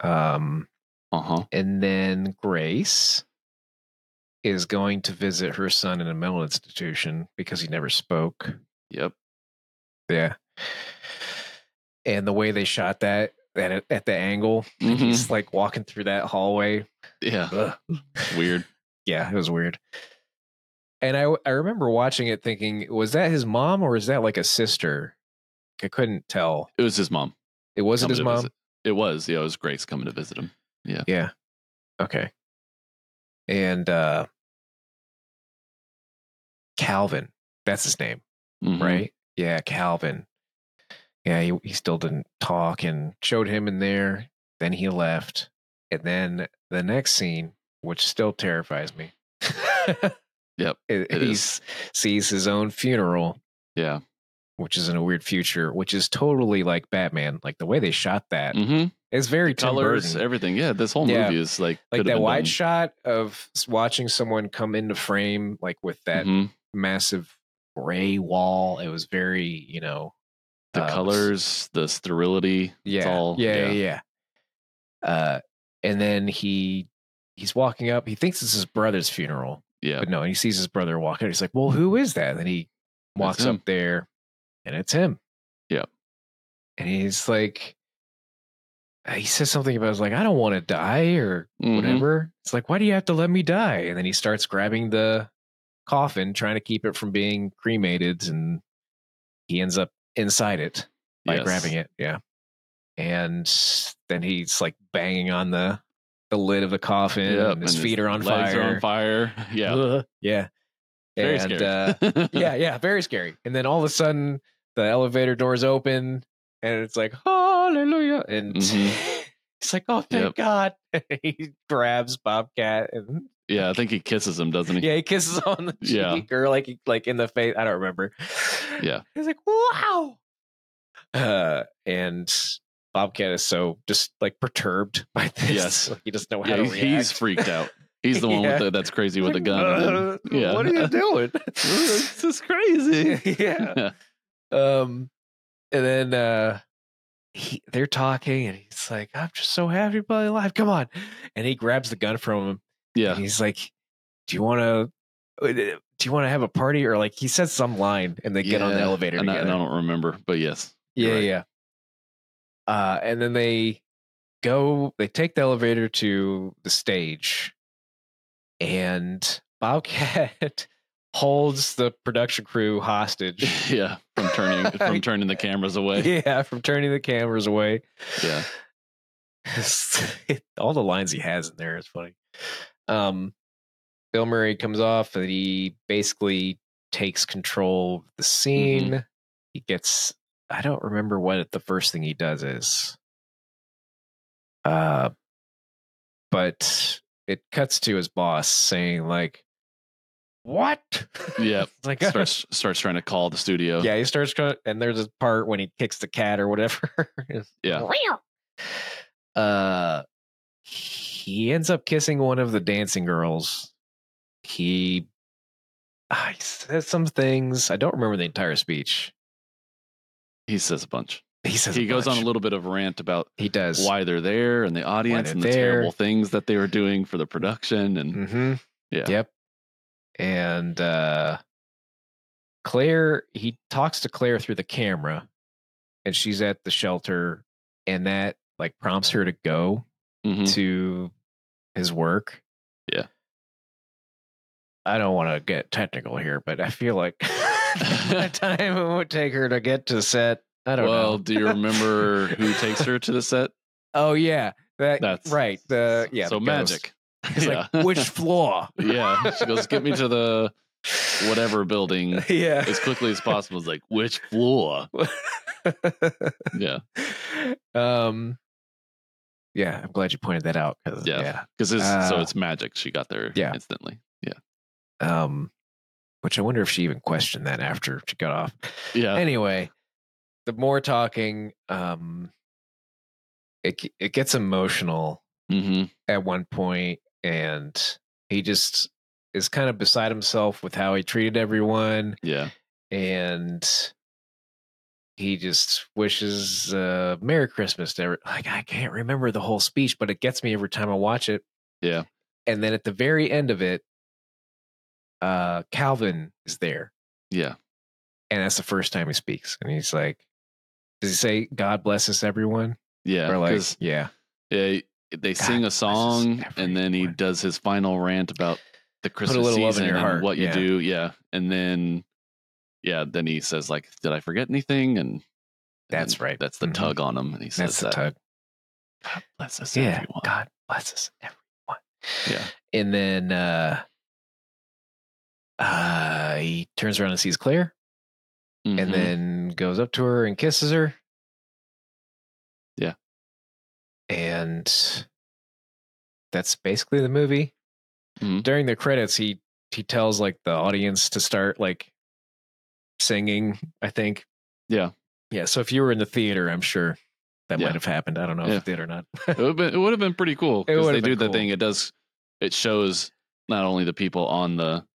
Um,
Uh huh.
and then Grace is going to visit her son in a mental institution because he never spoke. [laughs]
Yep.
Yeah. And the way they shot that at, at the angle,
Mhm.
he's like walking through that hallway.
Yeah.
Ugh.
Weird.
yeah, it was weird. And I I remember watching it thinking, was that his mom or is that like a sister? I couldn't tell.
It was his mom.
It wasn't
coming
his
to
mom.
visit. It was. Yeah. It was Grace coming to visit him.
Yeah. Okay. And uh Calvin, that's his name,
Mhm.
right? Yeah, Calvin. Yeah, he, he still didn't talk and showed him in there. Then he left. And then the next scene, which still terrifies me. [laughs]
Yep, it
He
is.
sees his own funeral
Yeah.
which is in a weird future, which is totally like Batman. Like the way they shot that,
Mm-hmm.
it's very Tim
Colors,
Burton.
everything. Yeah. This whole
Yeah.
movie is like
like
could've
that
been
wide
done.
shot of s- watching someone come into frame, like with that
Mhm.
massive gray wall. It was very, you know,
The
uh,
colors, the sterility.
Yeah,
It's all.
yeah, yeah, yeah. Uh, and then he he's walking up. He thinks it's his brother's funeral,
Yeah.
but Uh, no, he sees his brother walk out. He's like, "Well, who is that?" And then he walks
him.
up there, and it's him.
Yeah.
and he's like, uh, he says something about like, "I don't want to die" or
Mhm.
whatever. It's like, "Why do you have to let me die?" And then he starts grabbing the coffin, trying to keep it from being cremated, and he ends up inside it. by
Yes.
grabbing it. Yeah. And then he's like banging on the the lid of the coffin
Yep,
and his
and
feet are on
Legs
fire.
are on fire. [laughs] Yeah.
Ugh. Yeah.
Very
and
scary. [laughs]
uh yeah, yeah, very scary. And then all of a sudden the elevator doors open and it's like hallelujah and
Mhm.
[laughs] it's like oh thank
Yep.
god. [laughs] he grabs Bobcat and
Yeah. I think he kisses him, doesn't he?
yeah, he kisses [laughs] on the cheek
Yeah.
or like he- like in the face. I don't remember.
Yeah.
he's like, wow. Uh, and Bobcat is so just like perturbed by [laughs] this.
Yes.
Like, he doesn't know how
Yeah,
to
he's,
react.
he's freaked out. He's
[laughs]
the one
Yeah.
with the, that's crazy with the
Like,
gun.
"Uh, [laughs]
and- [laughs] yeah.
What are you doing?
this is crazy.
yeah. Um, and then uh, he, they're talking, and he's like, "I'm just so happy to be alive. Come on!" And he grabs the gun from him,
Yeah.
And he's like, "Do you want to? Do you want to have a party?" Or like he says some line, and they get on the
Yeah,
elevator
And I, and
together.
I don't remember, but yes.
yeah,
you're right.
yeah. Uh, and then they go. They take the elevator to the stage, and Bobcat [laughs] holds the production
[laughs]
crew hostage.
Yeah. From
[laughs]
turning from turning the cameras away.
yeah, from turning the cameras away.
Yeah.
[laughs] all the lines he has in there is funny. Um, Bill Murray comes off and he basically takes control of the scene. He gets, I don't remember what the first thing he does is. Uh, but it cuts to his boss saying, like, what?
Yeah.
[laughs] like,
Starts starts trying to call the studio.
yeah, he starts going, and there's a part when he kicks the cat or whatever. [laughs] It's
Yeah.
"Meow." Uh, he ends up kissing one of the dancing girls. He, ah, he says some things. I don't remember the entire speech. [laughs]
He says a bunch.
He says
he goes on a little
little.
bit of rant about
He does.
why they're there and the audience
they're
and the
there. Mm.
terrible things that they were doing for the production and
Mm-hmm.
Yeah.
Yep. And uh Claire, he talks to Claire through the camera, and she's at the shelter, and that like prompts her to go
Mhm.
to his work.
Yeah.
I don't want to get technical here, but I feel like
[laughs]
[laughs] the time it would take her to get to set. I don't
well,
know.
do you remember
[laughs]
who takes her to the set?
Oh yeah, that,
That's-
right. The yeah.
So
the ghost.
magic.
He's like,
[laughs]
which floor?
yeah. She goes,
[laughs]
get me to the whatever building
yeah.
as quickly as possible. It's like, which floor? Yeah.
[laughs] um yeah i'm glad you pointed that out 'cause,
Yeah. Because it's so
Uh,
it's magic. She got there
yeah.
instantly. Yeah.
yeah, um which i wonder if she even questioned that after she got off
Yeah.
anyway the more talking um it g- it gets emotional
hmm
at one point and he just is kind of beside himself with how he treated everyone
Yeah.
and he just wishes uh merry christmas to every like i can't remember the whole speech but it gets me every time i watch it
Yeah.
and then at the very end of it uh calvin is there
Yeah.
and that's the first time he speaks and he's like does he say god bless us everyone
Yeah.
or like
'cause,
yeah
yeah, Eh, they sing a song and then he
everywhere.
does his final rant about the Christmas
little love in
season
your
and
heart,
what you
yeah.
do. Yeah. And then, yeah, then he says, like, did I forget anything? And and
That's
then
right.
That's the
Mhm.
tug on him. And he says
that's the
that.
tug
God bless us,
yeah
everyone.
god bless us everyone
Yeah.
and then uh uh he turns around and sees claire
Mhm.
and then goes up to her and kisses her.
Yeah.
And that's basically the movie.
Mhm.
During the credits, he he tells like the audience to start like singing, I think.
Yeah.
Yeah. So if you were in the theater, I'm sure that
Yeah.
might have happened. I don't know
Yeah.
if it did or not.
it would have been, it would have been pretty cool
It
because
would
they
have
do
been
the
cool.
thing. It does. It shows not only the people on the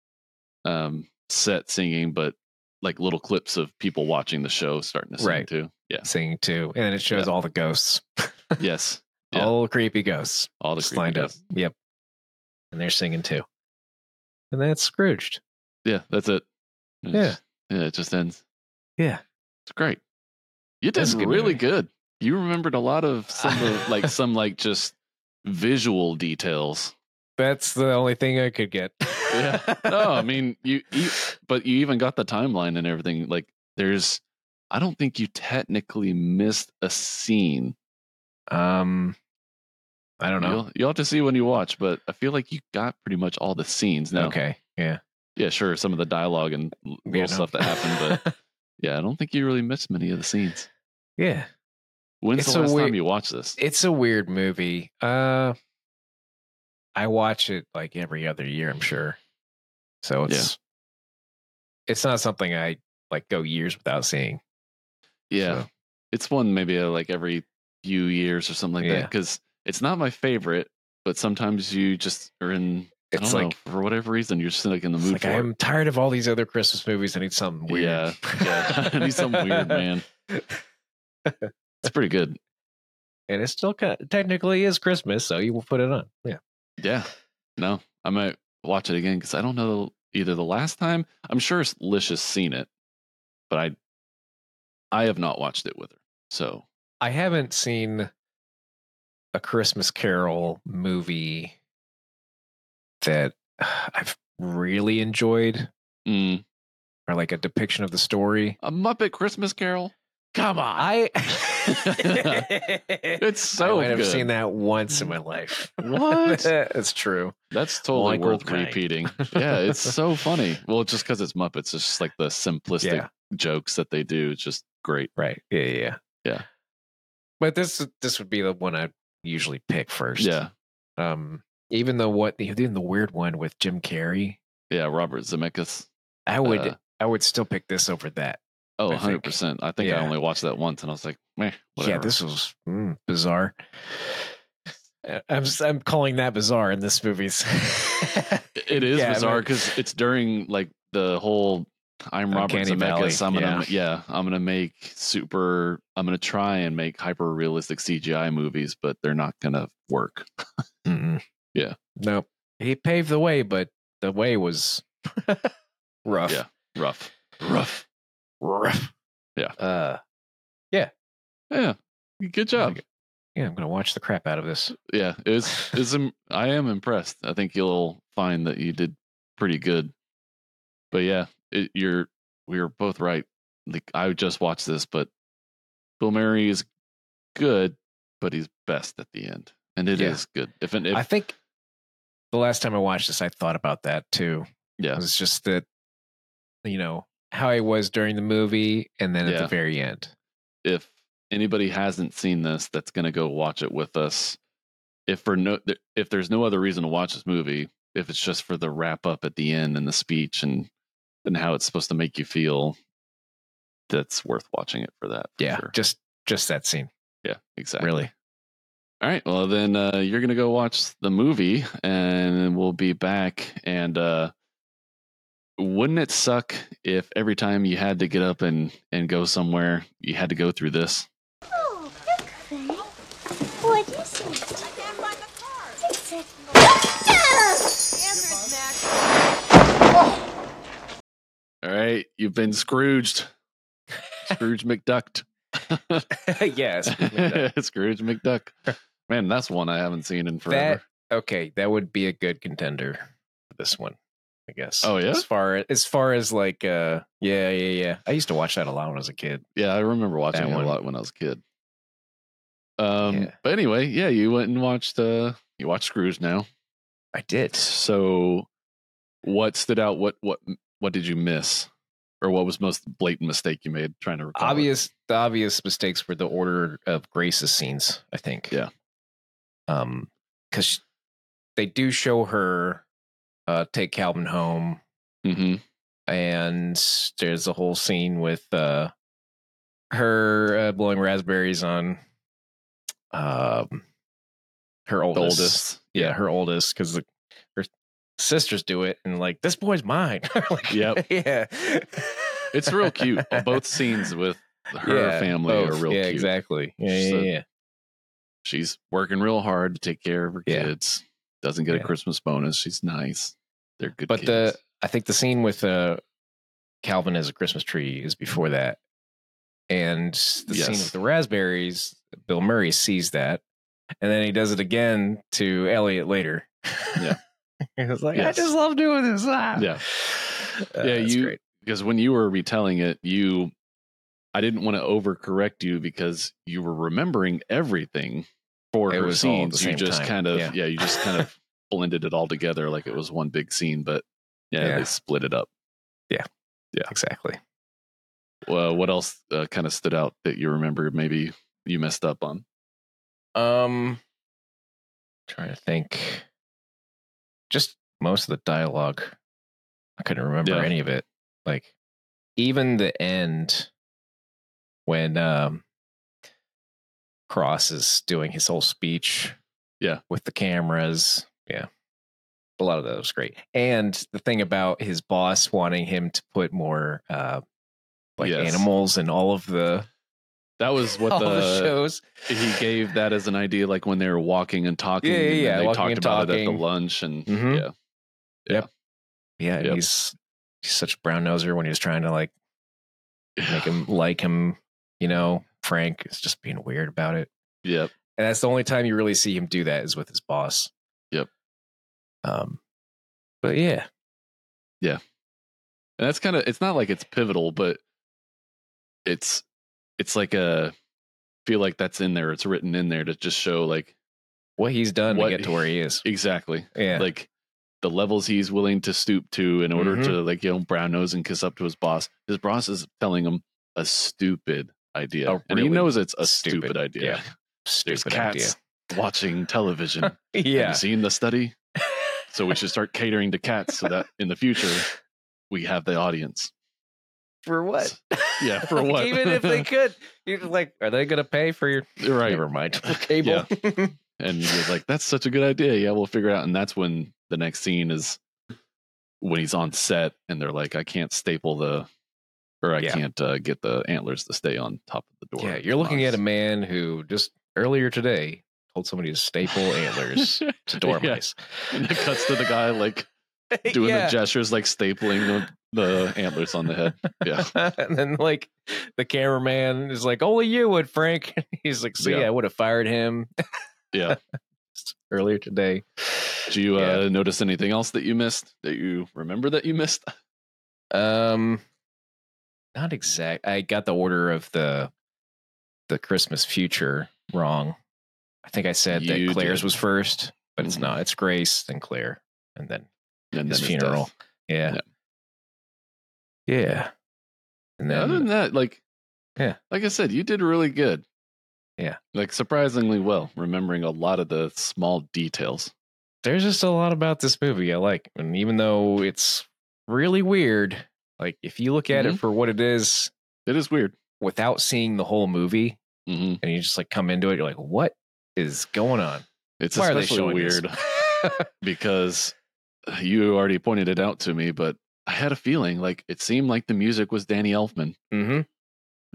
um, set singing, but like little clips of people watching the show starting to sing
Right.
too.
[laughs]
Yeah.
Singing too. And it shows all the ghosts.
Yes. Yeah.
All creepy ghosts.
All the
just
creepy
lined up.
guys.
Yep. And they're singing too. And that's Scrooged.
Yeah, that's it. It's-
Yeah.
yeah, it just ends.
Yeah.
It's great. You did
That's a good
really
movie.
good. You remembered a lot
[laughs]
of some of like some like just visual details.
That's the only thing I could get. [laughs]
Yeah. No, I mean you, you but you even got the timeline and everything. Like there's I don't think you technically missed a scene.
Um, I don't know.
You'll, you'll have to see when you watch, but I feel like you got pretty much all the scenes. Now,
Okay. Yeah.
yeah, sure, some of the dialogue and l- little
Yeah, no.
stuff that
[laughs]
happened, but yeah, I don't think you really missed many of the scenes.
yeah,
When's
It's
the
a
last
weird-
time you watched this?
it's a weird movie. Uh, I watch it like every other year, I'm sure. So it's it's not something I like go years without seeing.
Yeah,
so.
it's one maybe uh, like every few years or something like
Yeah.
that. Because it's not my favorite, but sometimes you just are in. I
It's
don't
like
know, for whatever reason you're just like in the
it's
mood
like
for.
I'm [laughs]
it.
tired of all these other Christmas movies. I need something weird. [laughs]
Yeah, yeah, [laughs] I need something weird, man. It's pretty good.
And it still kind of, technically is Christmas, so you will put it on. Yeah.
Yeah. No, I might watch it again because I don't know either the last time. I'm sure Lish has seen it, but I I have not watched it with her. So
I haven't seen a Christmas Carol movie that [sighs] I've really enjoyed
mm,
or like a depiction of the story.
a Muppet Christmas Carol. Come on. [laughs]
I [laughs]
it's so
I might
good.
have seen that once in my life. [laughs]
What?
That's true.
That's totally
Michael
worth
Caine. [laughs]
repeating. Yeah, it's so funny. Well, just because it's Muppets, it's just like the simplistic
Yeah.
jokes that they do. It's just great.
Right. Yeah. Yeah.
Yeah.
But this this would be the one I usually pick first.
Yeah.
Um. Even though what even the weird one with Jim Carrey,
Yeah. Robert Zemeckis.
I would
Uh,
I would still pick this over that.
Oh,
I think.
100%. I think I
Yeah.
only watched that once and I was like, meh, whatever.
Yeah, this was mm, bizarre. Uh, I'm s- I'm calling that bizarre in this movie's. [laughs]
It is
Yeah, I
bizarre
mean-
because it's during like the whole I'm Robert
Uncanny
Zemeckis.
Oh, Valley,
I'm gonna yeah. I'm gonna make super. I'm gonna try and make hyper realistic CGI movies, but they're not gonna work. [laughs]
Mm-mm.
Yeah.
Nope. He paved the way, but the way was [laughs] rough.
Yeah. Rough, rough.
Rough.
Yeah.
Uh.
Yeah, good job.
Yeah, I'm gonna watch the crap out of this.
Yeah, it's it's. im- I am impressed. I think you'll find that you did pretty good. But yeah, it, you're we were both right. Like I just watched this, but Bill Murray is good, but he's best at the end, and it is
Yeah.
good. If and if
I think the last time I watched this, I thought about that too.
Yeah.
It's just that, you know, how I was during the movie and then at
Yeah.
the very end.
if anybody hasn't seen this that's going to go watch it with us if for no th- if there's no other reason to watch this movie if it's just for the wrap up at the end and the speech and and how it's supposed to make you feel that's worth watching it for that for
Yeah.
sure.
Just just that scene.
yeah exactly
Really.
all right well then uh, you're going to go watch the movie and we'll be back and uh wouldn't it suck if every time you had to get up and and go somewhere you had to go through this
Oh, look, Frank. What is it?
I can't find the card.
It's a pizza!
Answer is next.
All right, you've been Scrooged. Scrooge
[laughs]
McDucked. [laughs]
yes.
Scrooge McDuck. Man, that's one I haven't seen in
That
forever.
[laughs] okay, that would be a good contender for this one, I guess.
Oh, yeah?
As far as far as like uh yeah, yeah, yeah. I used to watch that a lot when I was a kid.
yeah, I remember watching
that
it a
one.
lot when I was a kid. Um,
Yeah.
but anyway, yeah, you went and watched uh you watched Scrooge now.
I did.
So what stood out? What what what did you miss? Or what was most blatant mistake you made trying to recall? it?
obvious the obvious mistakes were the order of Grace's scenes, I think.
Yeah.
Um cuz they do show her uh take Calvin home
Mhm.
and there's a whole scene with uh her uh, blowing raspberries on um her
The
oldest.
oldest.
Yeah, her oldest cuz her sisters do it and like this boy's mine. [laughs] like,
Yep.
Yeah.
It's real cute.
[laughs]
Both scenes with her
Yeah,
family
both.
are real
yeah,
cute.
exactly. Yeah,
Just
yeah,
a-
yeah.
she's working real hard to take care of her
Yeah.
kids. Doesn't get
Yeah.
a Christmas bonus. She's nice. They're good.
but
kids.
the I think the scene with uh, Calvin as a Christmas tree is before that, and the scene
Yes.
with the raspberries, Bill Murray sees that, and then he does it again to Elliot later.
Yeah.
[laughs] he was like,
Yes.
I just love doing this. Ah.
Yeah.
Uh,
Yeah,
that's
you-
great.
because when you were retelling it, you I didn't want to overcorrect you because you were remembering everything for
It
her
was all at the
scenes. You
same
just
time,
kind of
yeah.
yeah. you just kind
[laughs]
of blended it all together like it was one big scene, but yeah,
Yeah.
they split it up.
Exactly.
Uh, what else uh, kind of stood out that you remember? Maybe you messed up on.
Um, trying to think. Just most of the dialogue, I couldn't remember
Yeah.
any of it. Like even the end when um Cross is doing his whole speech.
Yeah.
with the cameras. Yeah, a lot of that was great. And the thing about his boss wanting him to put more uh like
Yes.
animals in all of
[laughs]
the
That was
[laughs]
what
all
the,
Oh, the shows.
he gave that as an idea, like when they were walking and talking.
Yeah, yeah,
and then
yeah,
They
walking
talked
and
about it at
talking.
the lunch, and
Mhm.
yeah,
Yeah, and
Yep.
he's he's such a brown noser when he was trying to like make him like him, you know. Frank is just being weird about it.
[sighs] yep,
And that's the only time you really see him do that is with his boss.
Yep.
Um but yeah.
and that's kind of it's not like it's pivotal, but it's it's like a feel like that's in there. It's written in there to just show like
What he's done
What-
to get to
[laughs]
where he is.
exactly
Yeah.
like the levels he's willing to stoop to in order
Mhm.
to like you know brown nose and kiss up to his boss. His boss is telling him a stupid idea,
A
and he
really
knows it's a stupid,
stupid-
idea. [laughs]
yeah.
There's
Stupid
cats watching television.
idea.
[laughs] Have
Yeah.
you seen the study? so we should
[laughs]
start catering to cats so that in the future we have the audience.
For what? [laughs]
Yeah, for
Like,
what?
Even
[laughs]
if they could. You're like, are they gonna pay for your
Right.
never mind. [laughs] Cable.
[laughs] Yeah. And he was like, that's such a good idea. Yeah, we'll figure it out. And that's when the next scene is when he's on set and they're like, I can't staple the, or I
Yeah.
can't uh, get the antlers to stay on top of the door.
Yeah, you're looking at a
him.
man who just earlier today told somebody
[laughs]
to staple antlers to dormice.
And it cuts to the guy
[laughs]
like doing the gestures, like stapling [laughs] the, the antlers on the head. Yeah.
[laughs] and then like the cameraman is like, "Only you would, Frank." [laughs] He's like, "See,
Yeah.
I would have fired him."
Yeah.
[laughs] earlier today.
Do you uh, notice anything else that you missed that you remember that you missed?
Um, not exact. I got the order of the the Christmas future wrong. I think I said
You
that Claire's
did.
was first, but it's
Mhm.
not. It's Grace, then Claire, and then
And
his
then death.
funeral. Yeah. yeah. And then
Other than that, like
Yeah.
like I said, you did really good.
Yeah.
like surprisingly well, remembering a lot of the small details.
there's just a lot about this movie I like. And even though it's really weird, like if you look
Mm-hmm.
at it for what it is
It is weird.
without seeing the whole movie
hmm
and you just like come into it, you're like, what is going on?
It's
Why are they
especially
showing this?
weird [laughs] because you already pointed it out to me, but I had a feeling like it seemed like the music was Danny Elfman.
[laughs] Mm-hmm.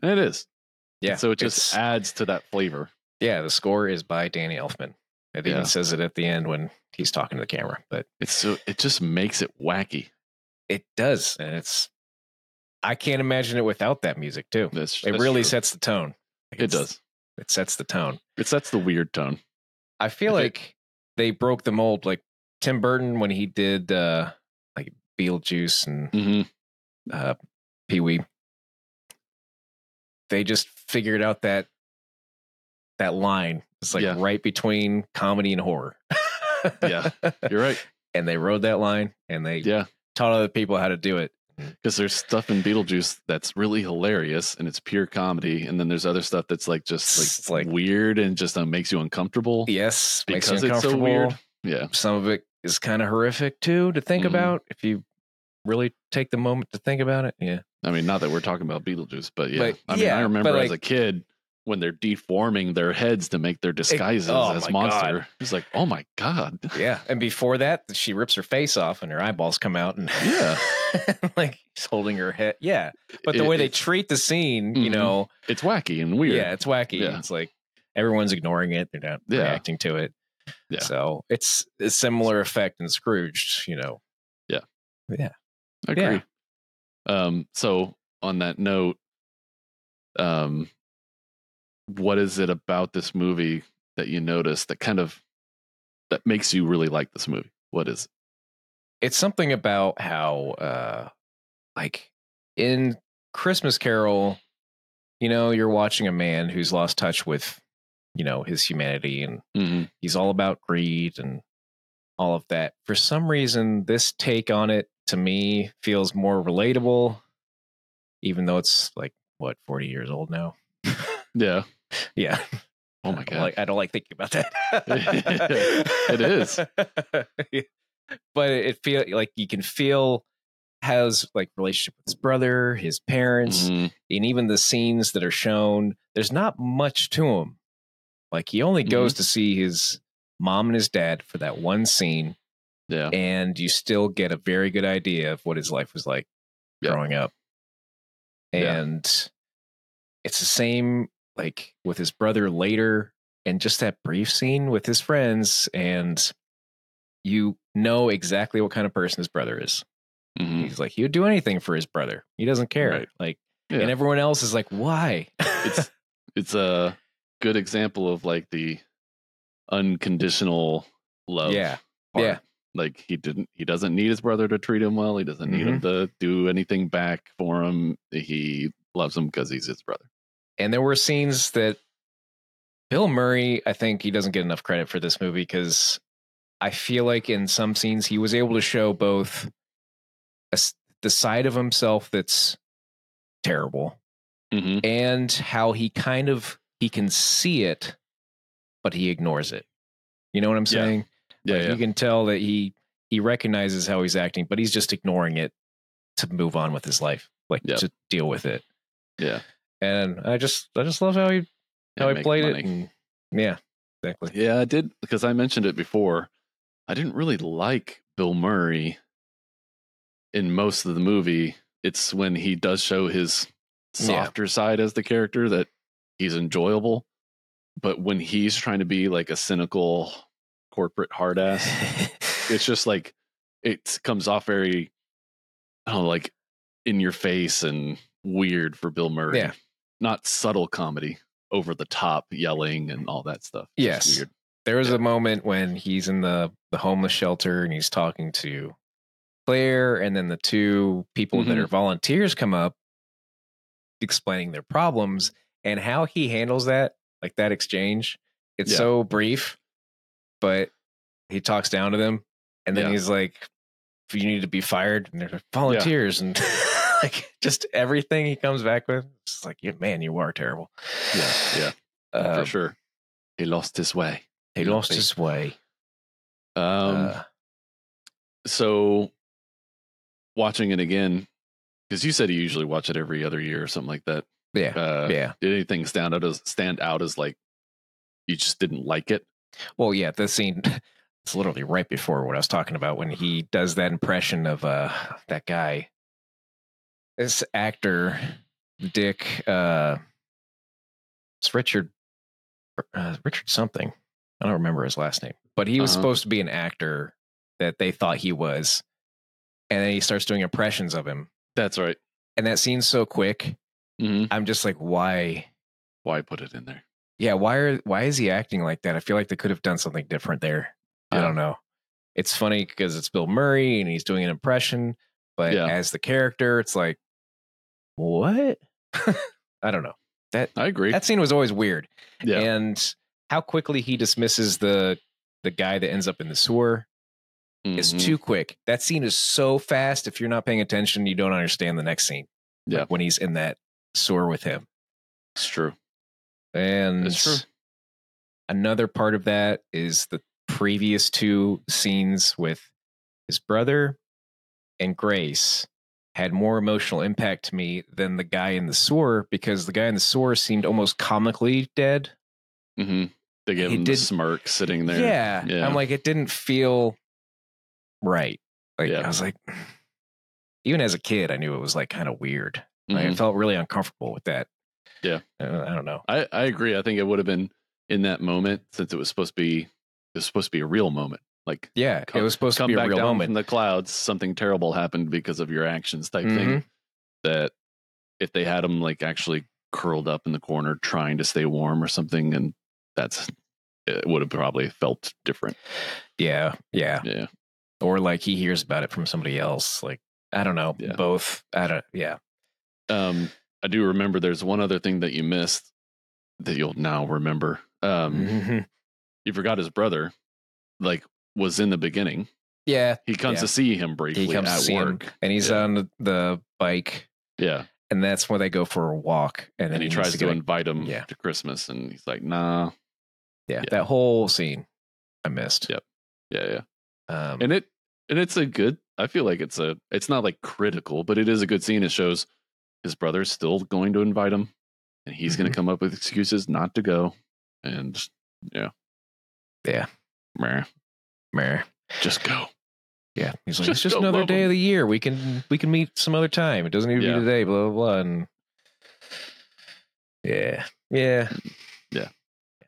And it is.
Yeah.
so it just
it's-
adds to that flavor.
yeah, the score is by Danny Elfman. It
Yeah.
even says it at the end when he's talking to the camera, but
It's so it just makes it wacky.
it does. And it's, I can't imagine it without that music too.
That's,
It
that's
really
true.
sets the tone. Like,
it
it's-
does.
It sets the tone.
It sets the weird tone.
I feel
If it-
like they broke the mold, like Tim Burton when he did uh like Beetlejuice and
hmm
uh Pee Wee. They just figured out that that line. It's like
Yeah.
right between comedy and horror. [laughs]
Yeah, You're right.
and they rode that line and they
Yeah.
taught other people how to do it.
because there's stuff in Beetlejuice that's really hilarious and it's pure comedy, and then there's other stuff that's like
It's
just like,
like-
weird and just uh, makes you uncomfortable.
Yes, makes
Because
you
it's so
uncomfortable.
weird. Yeah,
Some of it is kind of horrific too to think
Mhm.
about if you really take the moment to think about it. Yeah.
I mean, not that we're talking about Beetlejuice, but yeah,
But,
I mean,
yeah,
I
but,
remember as a
like-
kid when they're deforming their heads to make their disguises
oh
as
my
monster. It's like, oh my god,
Yeah. And before that, she rips her face off and her eyeballs come out and
Yeah.
[laughs] like she's holding her head. Yeah. But the
It-
way they
it-
treat the scene, you
Mhm.
know,
it's wacky and weird.
Mm-hmm. yeah, it's wacky.
Yeah.
It's like everyone's ignoring it. They're not
Yeah.
reacting to it.
Yeah.
So it's a similar effect in Scrooge, you know.
I
Yeah.
agree. Um, so on that note, um, what is it about this movie that you notice that kind of that makes you really like this movie? What is?
It's something about how uh like in Christmas Carol, you know, you're watching a man who's lost touch with, you know, his humanity and
hmm
he's all about greed and all of that. For some reason, this take on it to me feels more relatable, even though it's like what forty years old now.
Yeah.
Yeah.
Oh my
I don't
god.
Like, I don't like thinking about that.
[laughs] It
[laughs]
is.
but it, it feel like you can feel has like relationship with his brother, his parents,
Mhm.
and even the scenes that are shown, there's not much to him. Like he only goes
Mm-hmm.
to see his mom and his dad for that one scene, [laughs]
Yeah.
and you still get a very good idea of what his life was like
Yeah.
growing up.
Yeah.
And it's the same like with his brother later, and just that brief scene with his friends, and you know exactly what kind of person his brother is.
Mhm.
He's like, he would do anything for his brother. He doesn't care.
Right.
Like,
Yeah.
and everyone else is like, why? [laughs]
It's it's a good example of like the unconditional love.
Yeah.
part.
Yeah.
Like he didn't he doesn't need his brother to treat him well. He doesn't need him
Mm-hmm.
to do anything back for him. He loves him because he's his brother.
and there were scenes that Bill Murray, I think he doesn't get enough credit for this movie because I feel like in some scenes he was able to show both a s- the side of himself that's terrible Mm-hmm.
Mhm.
and how he kind of he can see it but he ignores it. You know what I'm
Yeah.
saying?
Yeah.
Like,
yeah.
You can tell that he he recognizes how he's acting, but he's just ignoring it to move on with his life, like
Yep.
to deal with it.
Yeah.
And I just I just love how he
Yeah,
how he
make
played
money.
it. and- yeah, exactly.
[laughs] Yeah, I did because I mentioned it before. I didn't really like Bill Murray in most of the movie. It's when he does show his
Yeah.
softer side as the character that he's enjoyable. But when he's trying to be like a cynical corporate hard ass, it's just like it comes off very I don't know, like in your face and weird for Bill Murray.
Yeah.
Not subtle comedy, over the top yelling and all that stuff. It's just
Yes.
weird.
there was a moment when he's in the the homeless shelter and he's talking to Claire, and then the two people that
Mhm.
are volunteers come up explaining their problems and how he handles that, like that exchange. It's
Yeah.
so brief, but he talks down to them, and then
Yeah.
he's like, "If you need to be fired," and they're like, volunteers, and [laughs] like just everything he comes back with, it's just like, "Yeah, man, you are terrible."
Yeah, yeah,
Um,
for sure. He lost his way.
He
Yeah,
lost
they-
his way.
Um,
Uh,
so watching it again, because you said you usually watch it every other year or something like that.
yeah,
Uh,
yeah.
Did anything stand out as stand out as like you just didn't like it?
Well, yeah, the scene [laughs] it's literally right before what I was talking about when he does that impression of uh that guy. This actor, Dick uh it's Richard uh, Richard something. I don't remember his last name. But he was
Uh-huh.
supposed to be an actor that they thought he was. And then he starts doing impressions of him.
That's right.
And that scene's so quick.
hmm
I'm just like, why?
Why put it in there?
yeah why are why is he acting like that i feel like they could have done something different there i
Yeah.
don't know it's funny because it's bill murray and he's doing an impression but
Yeah.
as the character it's like what [laughs] i don't know that
I agree.
that scene was always weird
yeah,
and how quickly he dismisses the the guy that ends up in the sewer is
Mhm.
too quick that scene is so fast if you're not paying attention you don't understand the next scene
Yeah.
like when he's in that sewer with him
It's true.
and
It's true.
another part of that is the previous two scenes with his brother and Grace had more emotional impact to me than the guy in the sewer because the guy in the sewer seemed almost comically dead.
hmm They gave
He
him
did-
the smirk sitting there.
Yeah.
Yeah.
I'm like, it didn't feel right. Like,
Yeah.
I was like, [sighs] even as a kid, I knew it was like kind of weird. Like, I
Mhm.
felt really uncomfortable with that.
Yeah.
Uh, I don't know.
I, I agree. I think it would have been in that moment since it was supposed to be it was supposed to be a real moment. Like
Yeah. it
Come-
was supposed to
come
be a
back
real
down
moment.
from the clouds. Something terrible happened because of your actions type
Mm-hmm.
thing. That if they had him like actually curled up in the corner trying to stay warm or something, and that's it would have probably felt different.
yeah. Yeah.
Yeah.
or like he hears about it from somebody else like i don't know
Yeah.
both i don't yeah
Um, I do remember there's one other thing that you missed that you'll now remember. Um, you forgot his brother, like, was in the beginning.
yeah,
He comes
Yeah.
to see him briefly
he comes to
at
see him,
work.
and he's
Yeah.
on the, the bike,
Yeah.
and that's where they go for a walk, and, then
And he
needs
tries to
get a-
invite him
yeah.
to Christmas. And he's like, nah.
yeah,
yeah.
that whole scene I missed.
Yeah. Yeah. Yeah.
Um,
and it and it's a good i feel like it's a it's not like critical but it is a good scene it shows his brother's still going to invite him and he's going
Mhm.
to come up with excuses not to go and yeah
Yeah.
Meh,
meh.
just go
yeah, he's like,
Just
it's just
go
another
love
day
him."
of the year. We can we can meet some other time. It doesn't need to
Yeah.
be today. Blah blah blah. And yeah, yeah.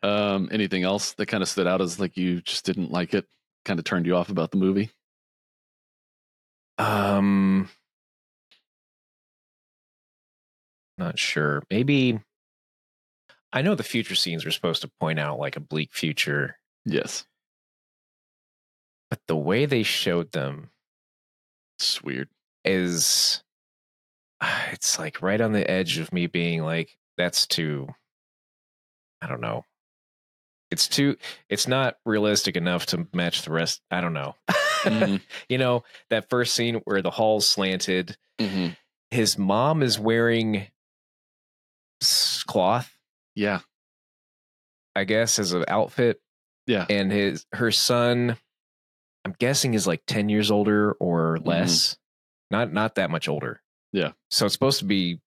um anything else that kind of stood out as like you just didn't like it kind of turned you off about the movie
Um, not sure. Maybe I know the future scenes were supposed to point out like a bleak future,
yes
but the way they showed them
it's [laughs] weird
is ah, it's like right on the edge of me being like, that's too, I don't know. It's too, it's not realistic enough to match the rest. I don't know.
Mhm,
[laughs] you know, that first scene where the hall's slanted
mhm.
his mom is wearing s- cloth,
yeah
I guess, as an outfit,
yeah
and his her son, I'm guessing, is like ten years older or
Mhm.
less, not not that much older.
Yeah.
So it's supposed to be.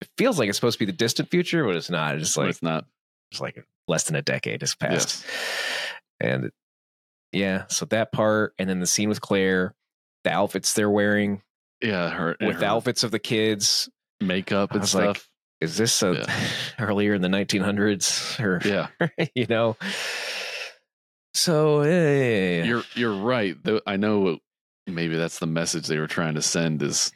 It feels like it's supposed to be the distant future, but it's not. It's
but
like
it's not
it's like less than a decade has passed, and it- yeah. So that part, and then the scene with Claire, the outfits they're wearing,
yeah her and
with the
her
outfits of the kids,
makeup
I
and
was like,
stuff
is this a [laughs] earlier in the 1900s or
yeah
[laughs] you know so eh,
you're you're right though i know maybe that's the message they were trying to send is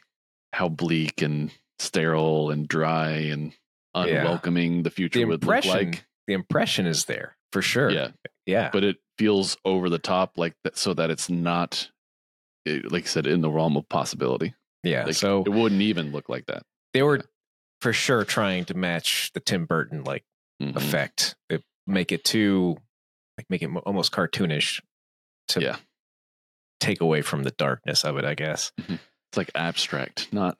how bleak and sterile and dry and
Yeah.
unwelcoming the
the
future would look
impression
like
the impression is there for sure
yeah
yeah
but it feels over the top like that so that it's not it, like i said in the realm of possibility
yeah
like
so
it wouldn't even look like that
they were for sure trying to match the tim burton like
Mhm.
effect it, make it too like make it mo- almost cartoonish to
Yeah.
take away from the darkness of it i guess
it's like abstract not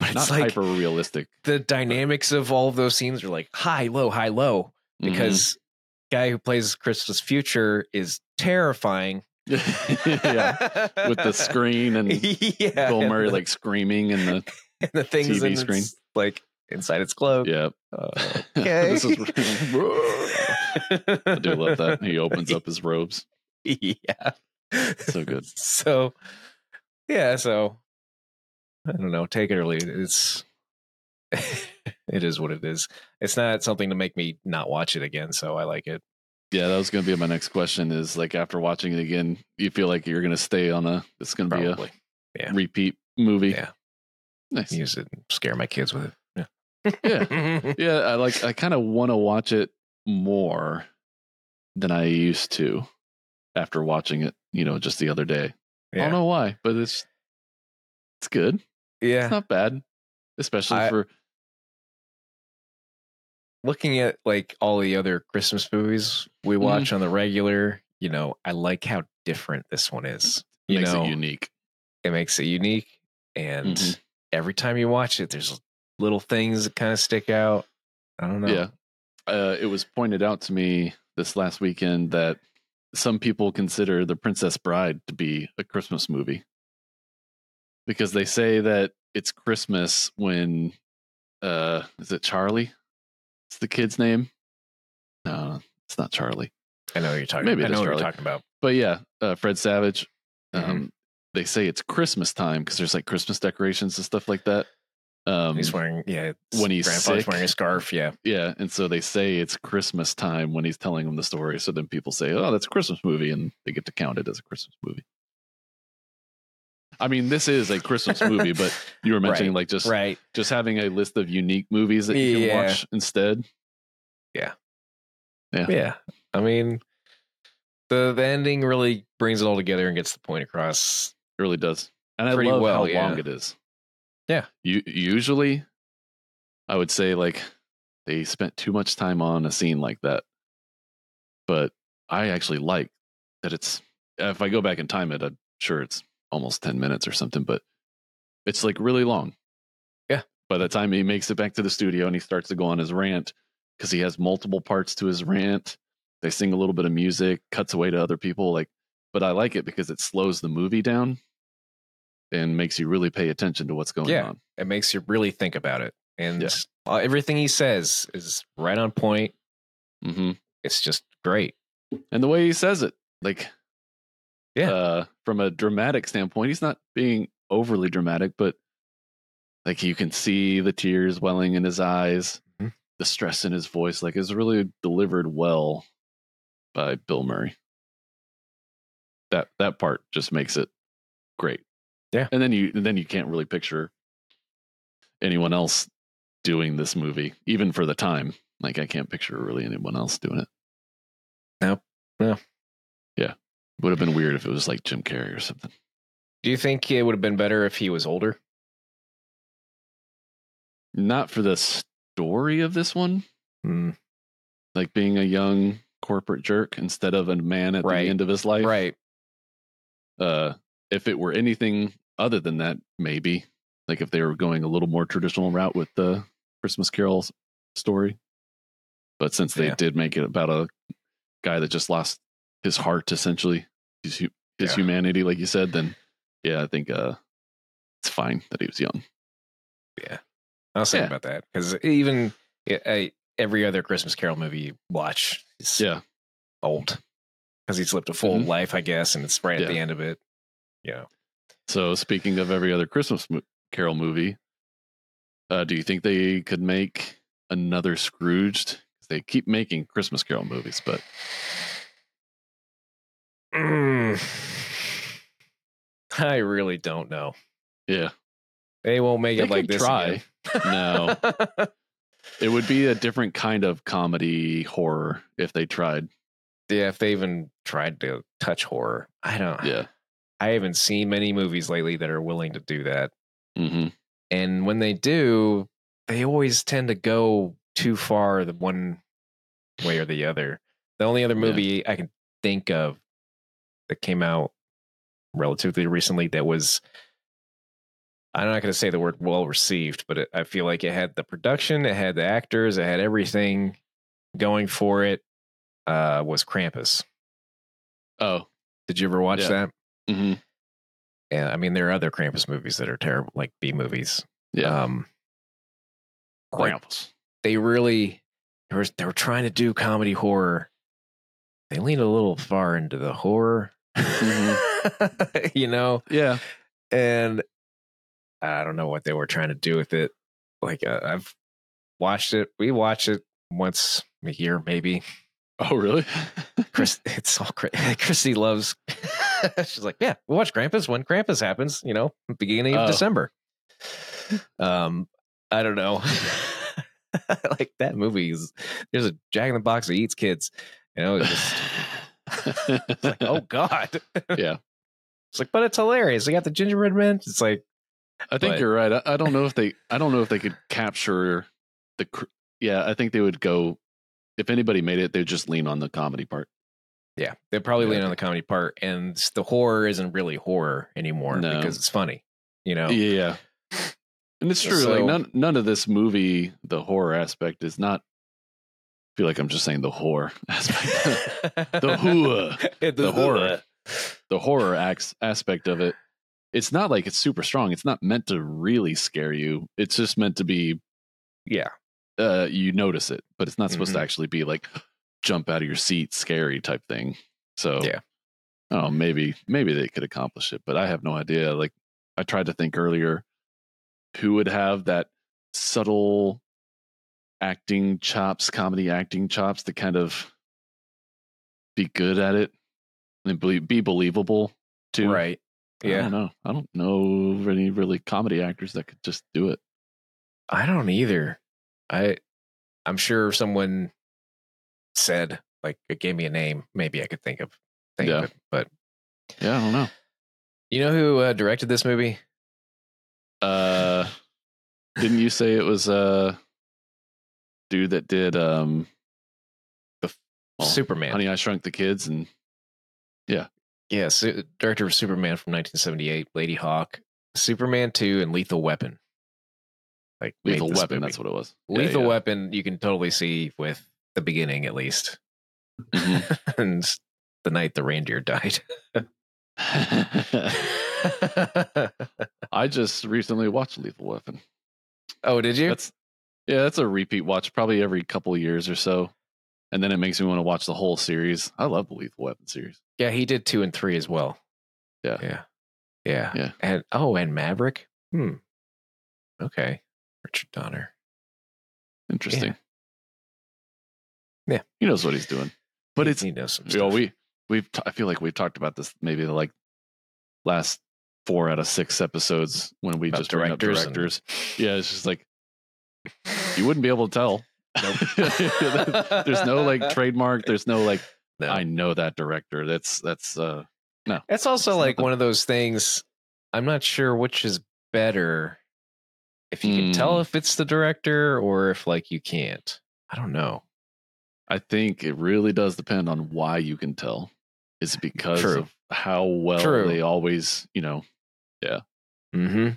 but
not
it's like
hyper realistic
the dynamics of all of those scenes are like high low high low
Mm-hmm.
because guy who plays Christmas Future is terrifying.
[laughs] yeah with
[laughs]
the screen and
yeah,
bill
and
murray
the-
like screaming and
[laughs]
the
and the things
TV
in its,
screen.
like inside its cloak.
yeah [laughs]
Uh, okay,
This is- [laughs] I do love that. He opens up his robes.
[laughs] yeah,
So good.
[laughs] So yeah, so I don't know. Take it or leave it. It's [laughs] it is what it is. It's not something to make me not watch it again. So I like it.
Yeah, that was going to be my next question is like after watching it again, you feel like you're going to stay on a it's going to be a
Probably yeah.
repeat movie.
Yeah.
Nice.
use it, and scare my kids with it.
Yeah.
Yeah.
Yeah, [laughs] I like I kind of want to watch it more than I used to after watching it, you know, just the other day. I
Yeah.
don't know why, but it's it's good.
yeah.
It's not bad, especially
I-
for
looking at like all the other Christmas movies we
Mhm.
watch on the regular, you know, I like how different this one is. You
makes
know,
it
it,
unique.
makes it unique, and
Mhm.
every time you watch it, there's little things that kind of stick out. I don't know.
Yeah. Uh, it was pointed out to me this last weekend that some people consider The Princess Bride to be a Christmas movie because they say that it's Christmas when, uh, is it Charlie? It's the kid's name. No, it's not Charlie.
I know what you're talking.
Maybe it
I
is
know what you're
Charlie.
talking about.
But yeah, uh, Fred Savage. Um,
Mhm.
They say it's Christmas time because there's like Christmas decorations and stuff like that. Um,
he's wearing yeah. his
when he's
grandfather's
sick.
wearing a scarf. Yeah.
Yeah, and so they say it's Christmas time when he's telling them the story. So then people say, "Oh, that's a Christmas movie," and they get to count it as a Christmas movie. I mean, this is a
[laughs]
Christmas movie, but you were mentioning like just
right.
just having a list of unique movies that you
Yeah.
can watch instead. Yeah.
yeah i mean the the ending really brings it all together and gets the point across
It really does, and I
Pretty
love
well,
how
yeah.
long it is.
Yeah.
you usually I would say like they spent too much time on a scene like that. But I actually like that it's if I go back and time it, I'm sure it's almost 10 minutes or something, but it's like really long.
Yeah.
By the time he makes it back to the studio and he starts to go on his rant, because he has multiple parts to his rant, they sing a little bit of music, cuts away to other people. Like, but I like it because it slows the movie down and makes you really pay attention to what's going
Yeah.
on.
it makes you really think about it. And
Yeah.
uh, everything he says is right on point.
hmm
It's just great.
and the way he says it like
Yeah.
uh, from a dramatic standpoint he's not being overly dramatic but like you can see the tears welling in his eyes
Mhm.
the stress in his voice like is really delivered well by bill murray that that part just makes it great
Yeah.
and then you and then you can't really picture anyone else doing this movie even for the time like i can't picture really anyone else doing it Would have been weird if it was like Jim Carrey or something.
Do you think it would have been better if he was older?
Not for the story of this one,
Mm,
like being a young corporate jerk instead of a man at
Right.
the end of his life.
right.
Uh, if it were anything other than that, maybe like if they were going a little more traditional route with the Christmas Carol s- story. But since they
Yeah.
did make it about a guy that just lost his heart, essentially his hu- his
Yeah.
humanity, like you said, then yeah, I think uh, it's fine that he was young.
I was thinking
Yeah.
about that because even yeah, I, every other Christmas Carol movie you watch is
Yeah.
old because he's lived a full
Mhm.
life, I guess, and it's right
Yeah.
at the end of it.
So, speaking of every other Christmas mo- Carol movie, uh, do you think they could make another Scrooged? 'Cause They keep making Christmas Carol movies, but
Mm. [sighs] I really don't know.
yeah,
They won't make
They
it like
could
this.
try. [laughs] No.
again.
it would be a different kind of comedy horror if they tried.
yeah, if they even tried to touch horror, I don't.
Yeah,
I haven't seen many movies lately that are willing to do that.
hmm
And when they do, they always tend to go too far the one way or the other. The only other
Yeah.
movie I can think of that came out relatively recently that was I'm not going to say the word well received, but it, I feel like it had the production, it had the actors, it had everything going for it. Uh, was Krampus?
Oh,
Did you ever watch
Yeah.
that?
hmm
Yeah, I mean there are other Krampus movies that are terrible, like B movies.
yeah,
Um, like,
Krampus.
they really they were, they were trying to do comedy horror. They leaned a little far into the horror, [laughs] you know.
Yeah,
And I don't know what they were trying to do with it. Like uh, I've watched it. We watch it once a year, maybe.
oh, really?
Chris, [laughs] it's all Chris, Christy loves. [laughs] she's like, yeah, we watch Krampus when Krampus happens. You know, beginning
Oh.
of December. Um, I don't know. [laughs] like that movie is. There's a Jack in the Box that eats kids. You
[laughs]
know, it's just like, oh God. [laughs]
Yeah.
It's like, but it's hilarious. They got the gingerbread man. It's like,
I think
but-
you're right. I, I don't know if they I don't know if they could capture the cr- yeah, I think they would go if anybody made it, they'd just lean on the comedy part.
yeah, they probably
Yeah.
lean on the comedy part, and s- the horror isn't really horror anymore
No.
because it's funny. You know,
Yeah. [laughs] And it's true like
So-
none none of this movie the horror aspect is not I feel like I'm just saying the horror [laughs] aspect. the
[laughs]
hua.
the,
the horror.
horror.
the horror acts aspect of it. It's not like it's super strong. It's not meant to really scare you. It's just meant to be
Yeah.
uh you notice it, but it's not supposed
Mhm.
to actually be like [gasps] jump out of your seat scary type thing. So
Yeah.
Oh, maybe maybe they could accomplish it, but I have no idea. Like I tried to think earlier who would have that subtle acting chops, comedy acting chops to kind of be good at it and be, be believable too.
Right.
I
Yeah.
don't know. I don't know of any really comedy actors that could just do it.
I don't either. I I'm sure if someone said like it gave me a name, maybe I could think of think of
Yeah.
it. But
Yeah, I don't know.
you know who uh, directed this movie?
Uh didn't you say it was uh dude that did um the f- well,
Superman.
Oh, Honey I Shrunk the Kids and
Yeah, su- director of Superman from 1978, Lady Hawk, Superman 2, and Lethal Weapon. Like made
Lethal
this
Weapon.
movie.
That's what it was. Yeah,
Lethal
yeah.
Weapon. You can totally see with the beginning, at least,
Mm-hmm.
[laughs] and the night the
[laughs]
reindeer died.
[laughs]
[laughs]
I just recently watched Lethal Weapon.
oh, did you?
That's yeah, that's a repeat watch, probably every couple years or so, and then it makes me want to watch the whole series. I love the Lethal Weapon series.
yeah, he did two and three as well.
Yeah.
yeah, yeah,
Yeah.
And oh, and Maverick. Hmm. Okay, Richard Donner.
Interesting.
Yeah. Yeah.
he knows what he's doing, but
He-
it's
he knows some
you know
stuff.
we we've t- I feel like we've talked about this maybe the, like last four out of six episodes when we
About
just bring up
directors and-
directors. Yeah, it's just like you wouldn't be able to tell.
[laughs] Nope.
there's no [laughs] like trademark. There's no like
No.
I know that director. That's that's uh
It's also
It's [laughs]
like
nothing.
one of those things. I'm not sure which is better. If you can tell
Mm.
if it's the director or if like you can't. I don't know.
I think it really does depend on why you can tell. It's because
True.
of how well
True.
they always, you know,
Mm-hmm.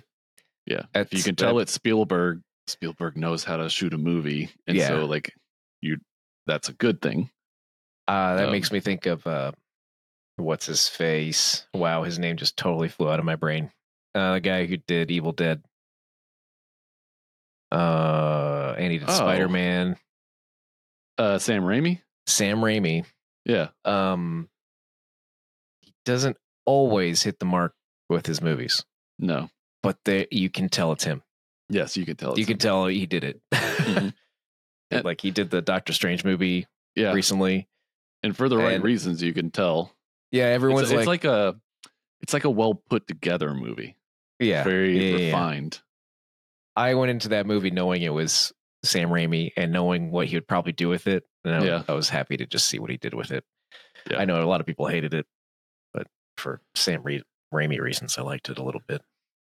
Yeah, if you can tell it's Spielberg, Spielberg knows how to shoot a movie, and
Yeah.
so like you, that's a good thing.
Uh, that
um,
makes me think of uh, what's his face? Wow, his name just totally flew out of my brain. Uh, the guy who did Evil Dead. Uh, and he did
Oh.
Spider Man.
Uh, Sam Raimi,
Sam Raimi.
yeah,
um he doesn't always hit the mark with his movies
no,
but they, you can tell it's him
yes, you can tell.
you can tell he did it
Mhm. And-
like [laughs] he did the doctor strange movie
yeah,
recently
and for the right
and-
reasons, you can tell.
yeah everyone's
It's, it's like
like,
a, it's like a well put together movie.
yeah
very
yeah, yeah, yeah.
refined.
i went into that movie knowing it was sam raimi and knowing what he would probably do with it and I,
Yeah.
I was happy to just see what he did with it
Yeah.
i know a lot of people hated it but for sam Ra- raimi reasons i liked it a little bit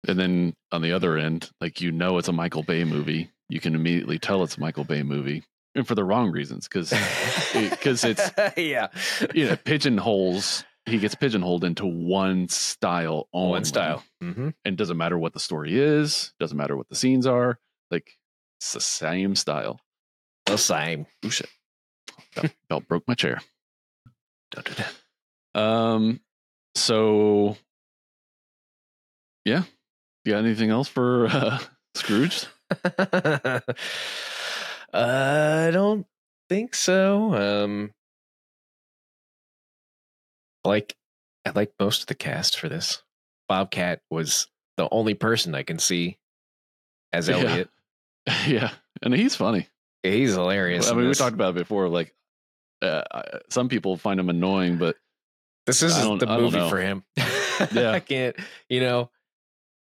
And then on the other end, like you know, it's a Michael Bay movie. You can immediately tell it's a Michael Bay movie, and for the wrong reasons,
[laughs]
because because it's-
yeah
you know pigeonholes. He gets pigeonholed into one style only.
one style mm-hmm.
and doesn't matter what the story is, doesn't matter what the scenes are. Like it's the same style.
the same.
Oh shit! Belt, belt broke my
[laughs]
chair. Um. So, yeah. You got anything else for [laughs] uh, Scrooge? [laughs]
[laughs] I don't think so. Um, like I like most of the cast for this. Bobcat was the only person I can see as
Yeah.
Elliot.
yeah, and he's funny.
He's hilarious.
I
in
mean, we
this.
talked about it before. Like, uh, I- some people find him annoying, but
This
I
isn't
don't-
the
I don't
movie
know.
for him. [laughs]
Yeah.
I can't. You know,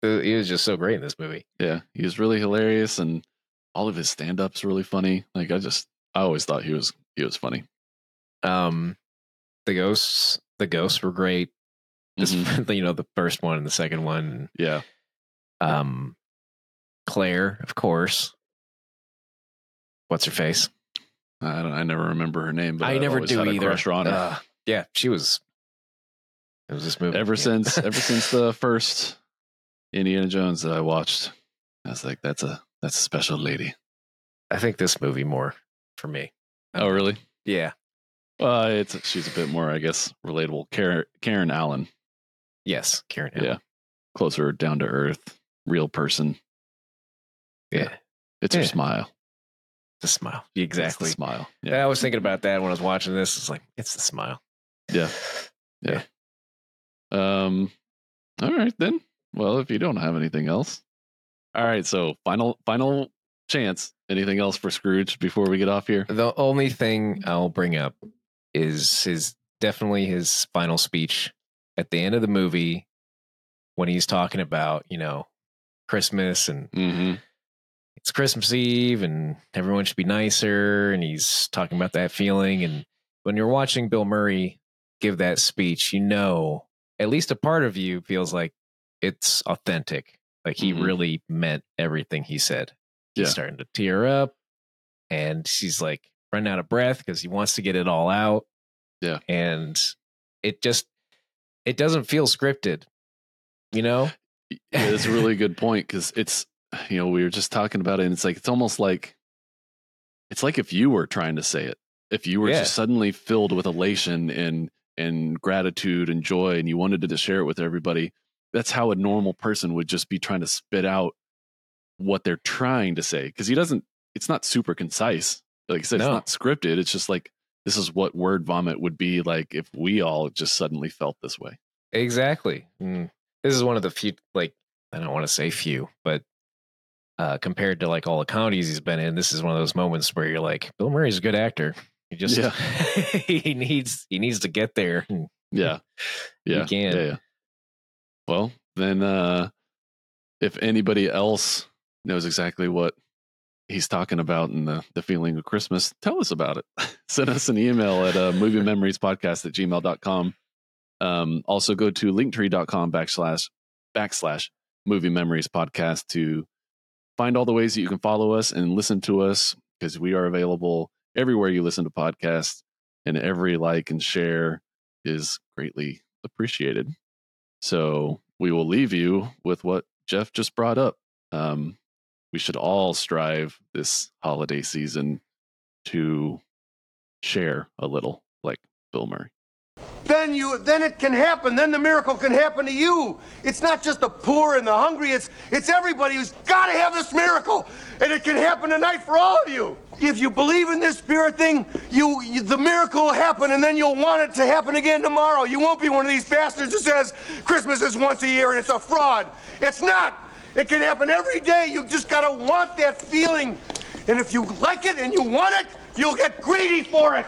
uh, he was just so great in this movie.
yeah, he was really hilarious, and all of his stand-ups really funny. Like, I just, I always thought he was, he was funny.
Um, the ghosts, the ghosts were great. This,
Mhm.
[laughs] you know, the first one and the second one.
Yeah,
um claire of course what's her face
I don't, I never remember her name, but
i
I've
never
always
do
had a
either Uh,
crush on her.
Ugh. yeah she was it was this movie
ever
yeah.
since
[laughs]
ever since the first Indiana Jones that I watched, I was like, that's a that's a special lady.
i think this movie more for me
Oh, really?
yeah
Uh, it's she's a bit more, I guess, relatable. Karen, Karen Allen,
yes karen
Yeah.
Allen.
closer down to earth, real person.
Yeah.
it's her
Yeah.
smile.
the smile
It's the
exactly
smile.
yeah.
Yeah,
i was thinking about that when i was watching this it's like it's the smile
yeah, yeah. Um, all right then. Well, if you don't have anything else, all right. So final final chance. Anything else for Scrooge before we get off here?
the only thing i'll bring up is his definitely his final speech at the end of the movie when he's talking about you know christmas and
Mm-hmm.
it's Christmas Eve and everyone should be nicer. And he's talking about that feeling. And when you're watching Bill Murray give that speech, you know, at least a part of you feels like it's authentic. Like he
Mhm.
really meant everything he said. He's
Yeah.
starting to tear up. and she's like running out of breath because he wants to get it all out.
Yeah.
and it just it doesn't feel scripted, you know.
Yeah, that's a
[laughs]
really good point because it's you know we were just talking about it and it's like it's almost like it's like if you were trying to say it if you were
Yeah.
just suddenly filled with elation and and gratitude and joy and you wanted to share it with everybody that's how a normal person would just be trying to spit out what they're trying to say because he doesn't it's not super concise like I said it's
No.
not scripted it's just like this is what word vomit would be like if we all just suddenly felt this way
Exactly. Mm. This is one of the few, like, I don't want to say few, but uh, compared to like all the comedies he's been in, this is one of those moments where you're like, Bill Murray's a good actor. He just
Yeah.
[laughs] he needs he needs to get there. And
Yeah.
You
Yeah.
can.
Yeah, yeah. Well, then uh if anybody else knows exactly what he's talking about and the, the feeling of Christmas, tell us about it. [laughs] Send us an email at uh, movie memories podcast at gmail.com. Um, also go to linktree.com backslash backslash movie memories podcast to find all the ways that you can follow us and listen to us because we are available everywhere you listen to podcasts and every like and share is greatly appreciated. So we will leave you with what Jeff just brought up. Um, we should all strive this holiday season to share a little, like Bill Murray.
then you then it can happen then the miracle can happen to you it's not just the poor and the hungry it's it's everybody who's got to have this miracle and it can happen tonight for all of you if you believe in this spirit thing you, you the miracle will happen and then you'll want it to happen again tomorrow you won't be one of these bastards who says christmas is once a year and it's a fraud it's not it can happen every day you just got to want that feeling and if you like it and you want it you'll get greedy for it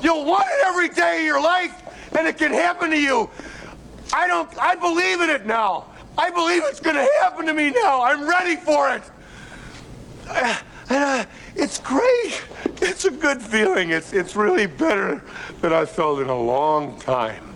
You'll want it every day of your life, and it can happen to you. I don't. I believe in it now. I believe it's going to happen to me now. I'm ready for it. [sighs] Uh, And uh, it's great. It's a good feeling. It's it's really better than I felt in a long time.